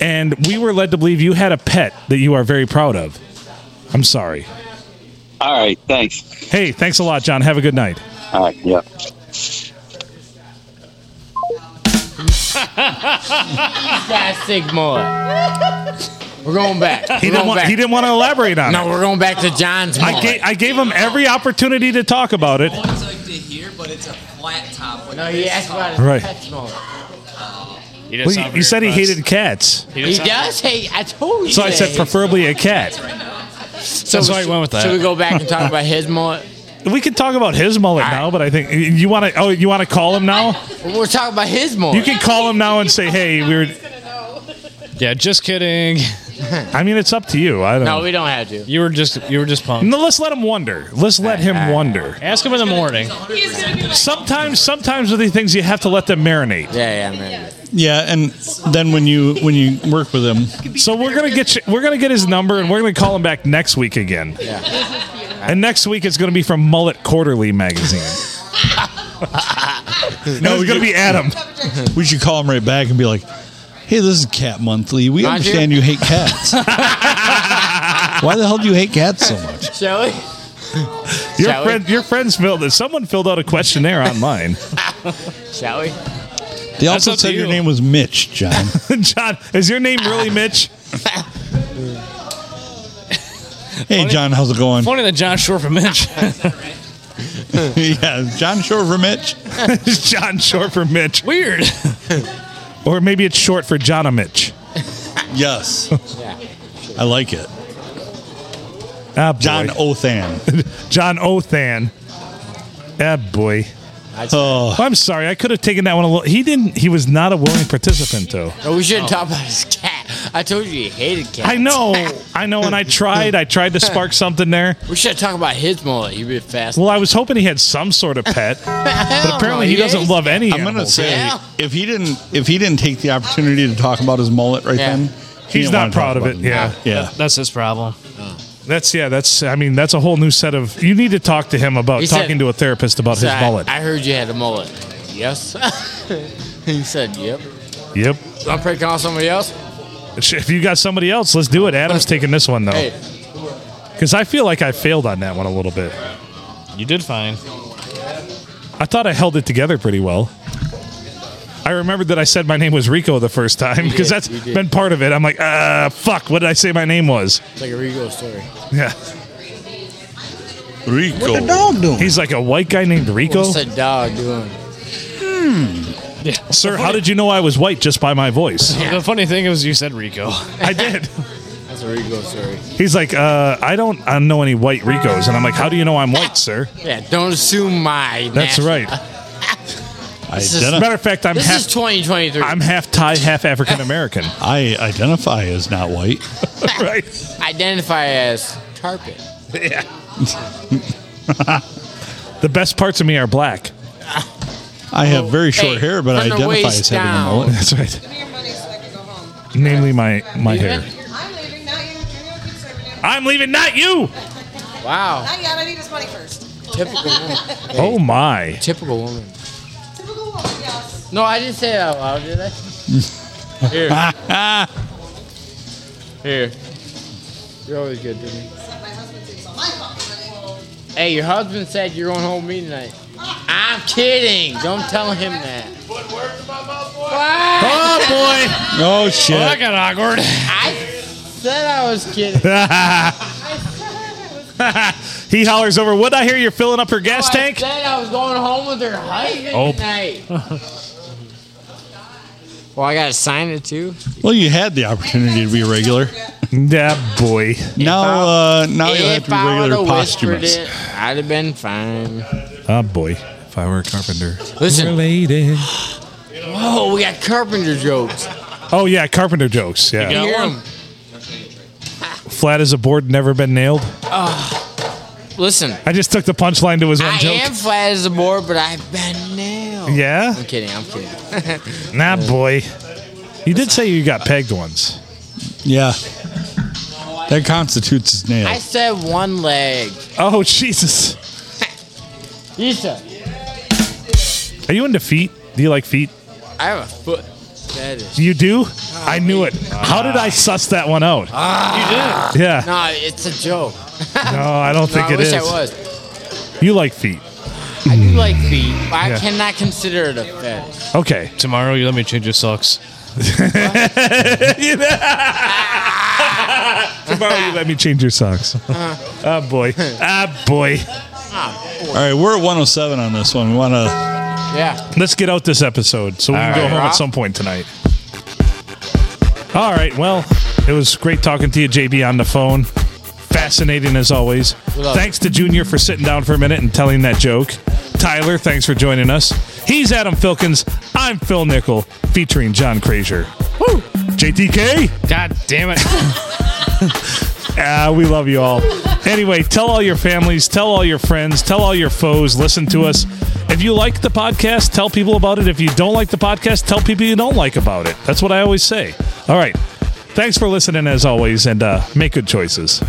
A: And we were led to believe you had a pet that you are very proud of. I'm sorry.
H: All right. Thanks.
A: Hey, thanks a lot, John. Have a good night.
H: All right. Yep.
F: That's sick mullet. We're going back. We're
A: He didn't
F: going
A: want
F: back.
A: he didn't want to elaborate on
F: no,
A: it.
F: we're going back to John's mullet.
A: I gave, I gave him every opportunity to talk about it.
K: One's like to here, but it's a flat top. Like
F: no, he
K: this
F: asked
K: top.
F: about his
A: Right.
F: pet mullet.
C: He
A: Well, you, you said he hated cats.
F: He does hate. I told you.
A: So I
F: that.
A: said preferably a cat.
F: So
C: That's why he went with that.
F: Should we go back and talk about his mullet?
A: We could talk about his mullet
F: All right.
A: now, but I think you want to. Oh, you want to call him now?
F: We're talking about his mullet.
A: You can call him now and say, "Hey, we were."
C: Yeah, just kidding.
A: I mean, it's up to you. I don't.
F: no,
A: know.
F: we don't have to.
C: You were just you were just punked.
A: No, let's let him wonder. Let's let him wonder.
C: Ask him in the morning.
A: Sometimes, sometimes with these things, you have to let them marinate.
F: Yeah, yeah, man.
B: Yeah, and then when you when you work with him,
A: So we're gonna get you, we're gonna get his number, and we're gonna call him back next week again.
F: Yeah.
A: And next week it's gonna be from Mullet Quarterly magazine. no, it's gonna be Adam.
B: we should call him right back and be like, "Hey, this is Cat Monthly. We
F: Mind you-
B: understand you hate cats. Why the hell do you hate cats so much?"
F: Shall we?
A: Your
F: Shall we?
A: friend, your friends filled it. Someone filled out a questionnaire online.
F: Shall we?
B: They
C: That's
B: also
C: up to
B: said your
C: you.
B: name was Mitch, John.
A: John, is your name really Mitch?
B: hey, John, how's it going?
C: Funny that John Short from Mitch.
B: yeah, John Shore for Mitch.
A: It's John short for Mitch,
C: Weird.
A: or maybe it's short for John Mitch.
B: Yes,
F: Yeah.
B: I like it.
A: Ah, boy.
B: John Othan.
A: John Othan. Ah, boy.
B: Oh,
A: I'm sorry. I could have taken that one a little. He didn't. He was not a willing participant, though.
F: No, we shouldn't talk about his cat. I told you he hated cats.
A: I know. I know. And I tried. I tried to spark something there.
F: We should talk about his mullet. He been fast.
A: Well, I was hoping he had some sort of pet,
F: Oh,
A: but apparently he doesn't love any.
B: I'm gonna
A: animals.
B: say
F: Yeah.
B: if he didn't if he didn't take the opportunity to talk about his mullet right
F: Yeah.
B: then, he
A: He's
B: didn't
A: not
B: wanna talk
A: proud of
B: about
A: it. Yeah.
B: Yeah.
C: That's his problem.
A: That's yeah. That's. I mean, that's a whole new set of. You need to talk to him about
F: He said-
A: talking to a therapist about his
F: I,
A: mullet.
F: I heard you had a mullet. yes. he said, yep.
A: Yep.
F: I'm prank call somebody else.
A: If you got somebody else, let's do it. Adam's taking this one though,
F: Hey.
A: because I feel like I failed on that one a little bit.
C: You did fine.
A: I thought I held it together pretty well. I remembered that I said my name was Rico the first time
F: You
A: because
F: did,
A: that's
F: you did.
A: been part of it. I'm like, uh, fuck, what did I say my name was?
F: It's like a Rigo story.
A: Yeah. Rico.
F: What the dog doing?
A: He's like a white guy named Rico.
F: What's that dog doing?
A: Hmm. Sir, how did you know I was white just by my voice?
C: The funny thing is, you said Rico.
A: I did.
F: That's a Rigo story.
A: He's like, uh, I don't I don't know any white Ricos. And I'm like, how do you know I'm white, sir?
F: Yeah, don't assume my.
A: That's
F: nat-
A: right.
F: This is-
A: Matter of fact, I'm
F: this
A: half,
F: is 2023.
A: I'm half Thai, half African American.
B: I identify as not white.
A: right.
F: Identify as carpet.
A: Yeah. the best parts of me are black.
B: I have very short
F: Hey,
B: hair, but I
F: from the
B: identify
F: waist
B: as having a
F: down.
B: mullet.
A: That's right. Namely, my my hair. I'm leaving, not you.
F: Wow.
L: Not yet. I need his money first.
F: Typical woman.
A: Oh my!
F: Typical woman. No, I didn't say that out loud, did I? Here. Here. You're always good to me. Hey, your husband said you're going home with me tonight. I'm kidding. Don't tell him that. Oh
B: Oh shit!
C: Well, that got awkward.
F: boy! Said I was kidding.
A: he hollers over. What I hear? You're filling up her gas tank.
F: Oh, I said I was going home with her husband
A: Oh.
F: tonight. well, I gotta sign it too.
B: Well, you had the opportunity to be regular.
A: Yeah, boy.
B: Now, uh, now you'll have
F: if
B: to be
F: I
B: regular
F: would've whispered
B: posthumous.
F: it, I'd have been fine.
A: Ah, boy. If I were a carpenter.
F: Listen.
A: Related.
F: Whoa, we got carpenter jokes.
A: Oh yeah, carpenter jokes. Yeah.
F: You hear 'em?
A: Flat as a board, never been nailed.
F: Listen,
A: I just took the punchline to his one
F: I
A: joke.
F: am flat as a board, but I've been nailed.
A: Yeah.
F: I'm kidding. I'm kidding.
A: Nah, boy. You did say you got pegged once.
B: Yeah. That constitutes his nail.
F: I said one leg.
A: Oh Jesus.
F: Lisa,
A: Are you into feet? Do you like feet?
F: I have a foot. That is.
A: You do? I knew it. How did I suss that one out?
F: Ah,
A: You did. Yeah.
F: No, it's a joke.
A: No, I don't think
F: I
A: it
F: wish
A: is.
F: I was.
A: You like feet.
F: I do like feet, but I
A: Yeah.
F: cannot consider it a fetish.
A: Okay.
C: Tomorrow, you let me change your socks.
A: Tomorrow you let me change your socks.
F: Uh-huh.
A: Ah boy. Ah boy.
B: All right, we're at 107 on this one. We want to.
F: Yeah.
A: Let's get out this episode so we can
C: All
A: go
C: right.
A: home at some point tonight. All right. Well, it was great talking to you, JB, on the phone. Fascinating as always.
F: up?
A: Thanks to Junior for sitting down for a minute and telling that joke. Tyler, thanks for joining us. He's Adam Filkins. I'm Phil Nickel, featuring John Crazier. Woo! JTK.
C: God damn it.
A: Ah, we love you all. Anyway, tell all your families, tell all your friends, tell all your foes, listen to us. If you like the podcast, tell people about it. If you don't like the podcast, tell people you don't like about it. That's what I always say. All right. Thanks for listening, as always, and uh, make good choices.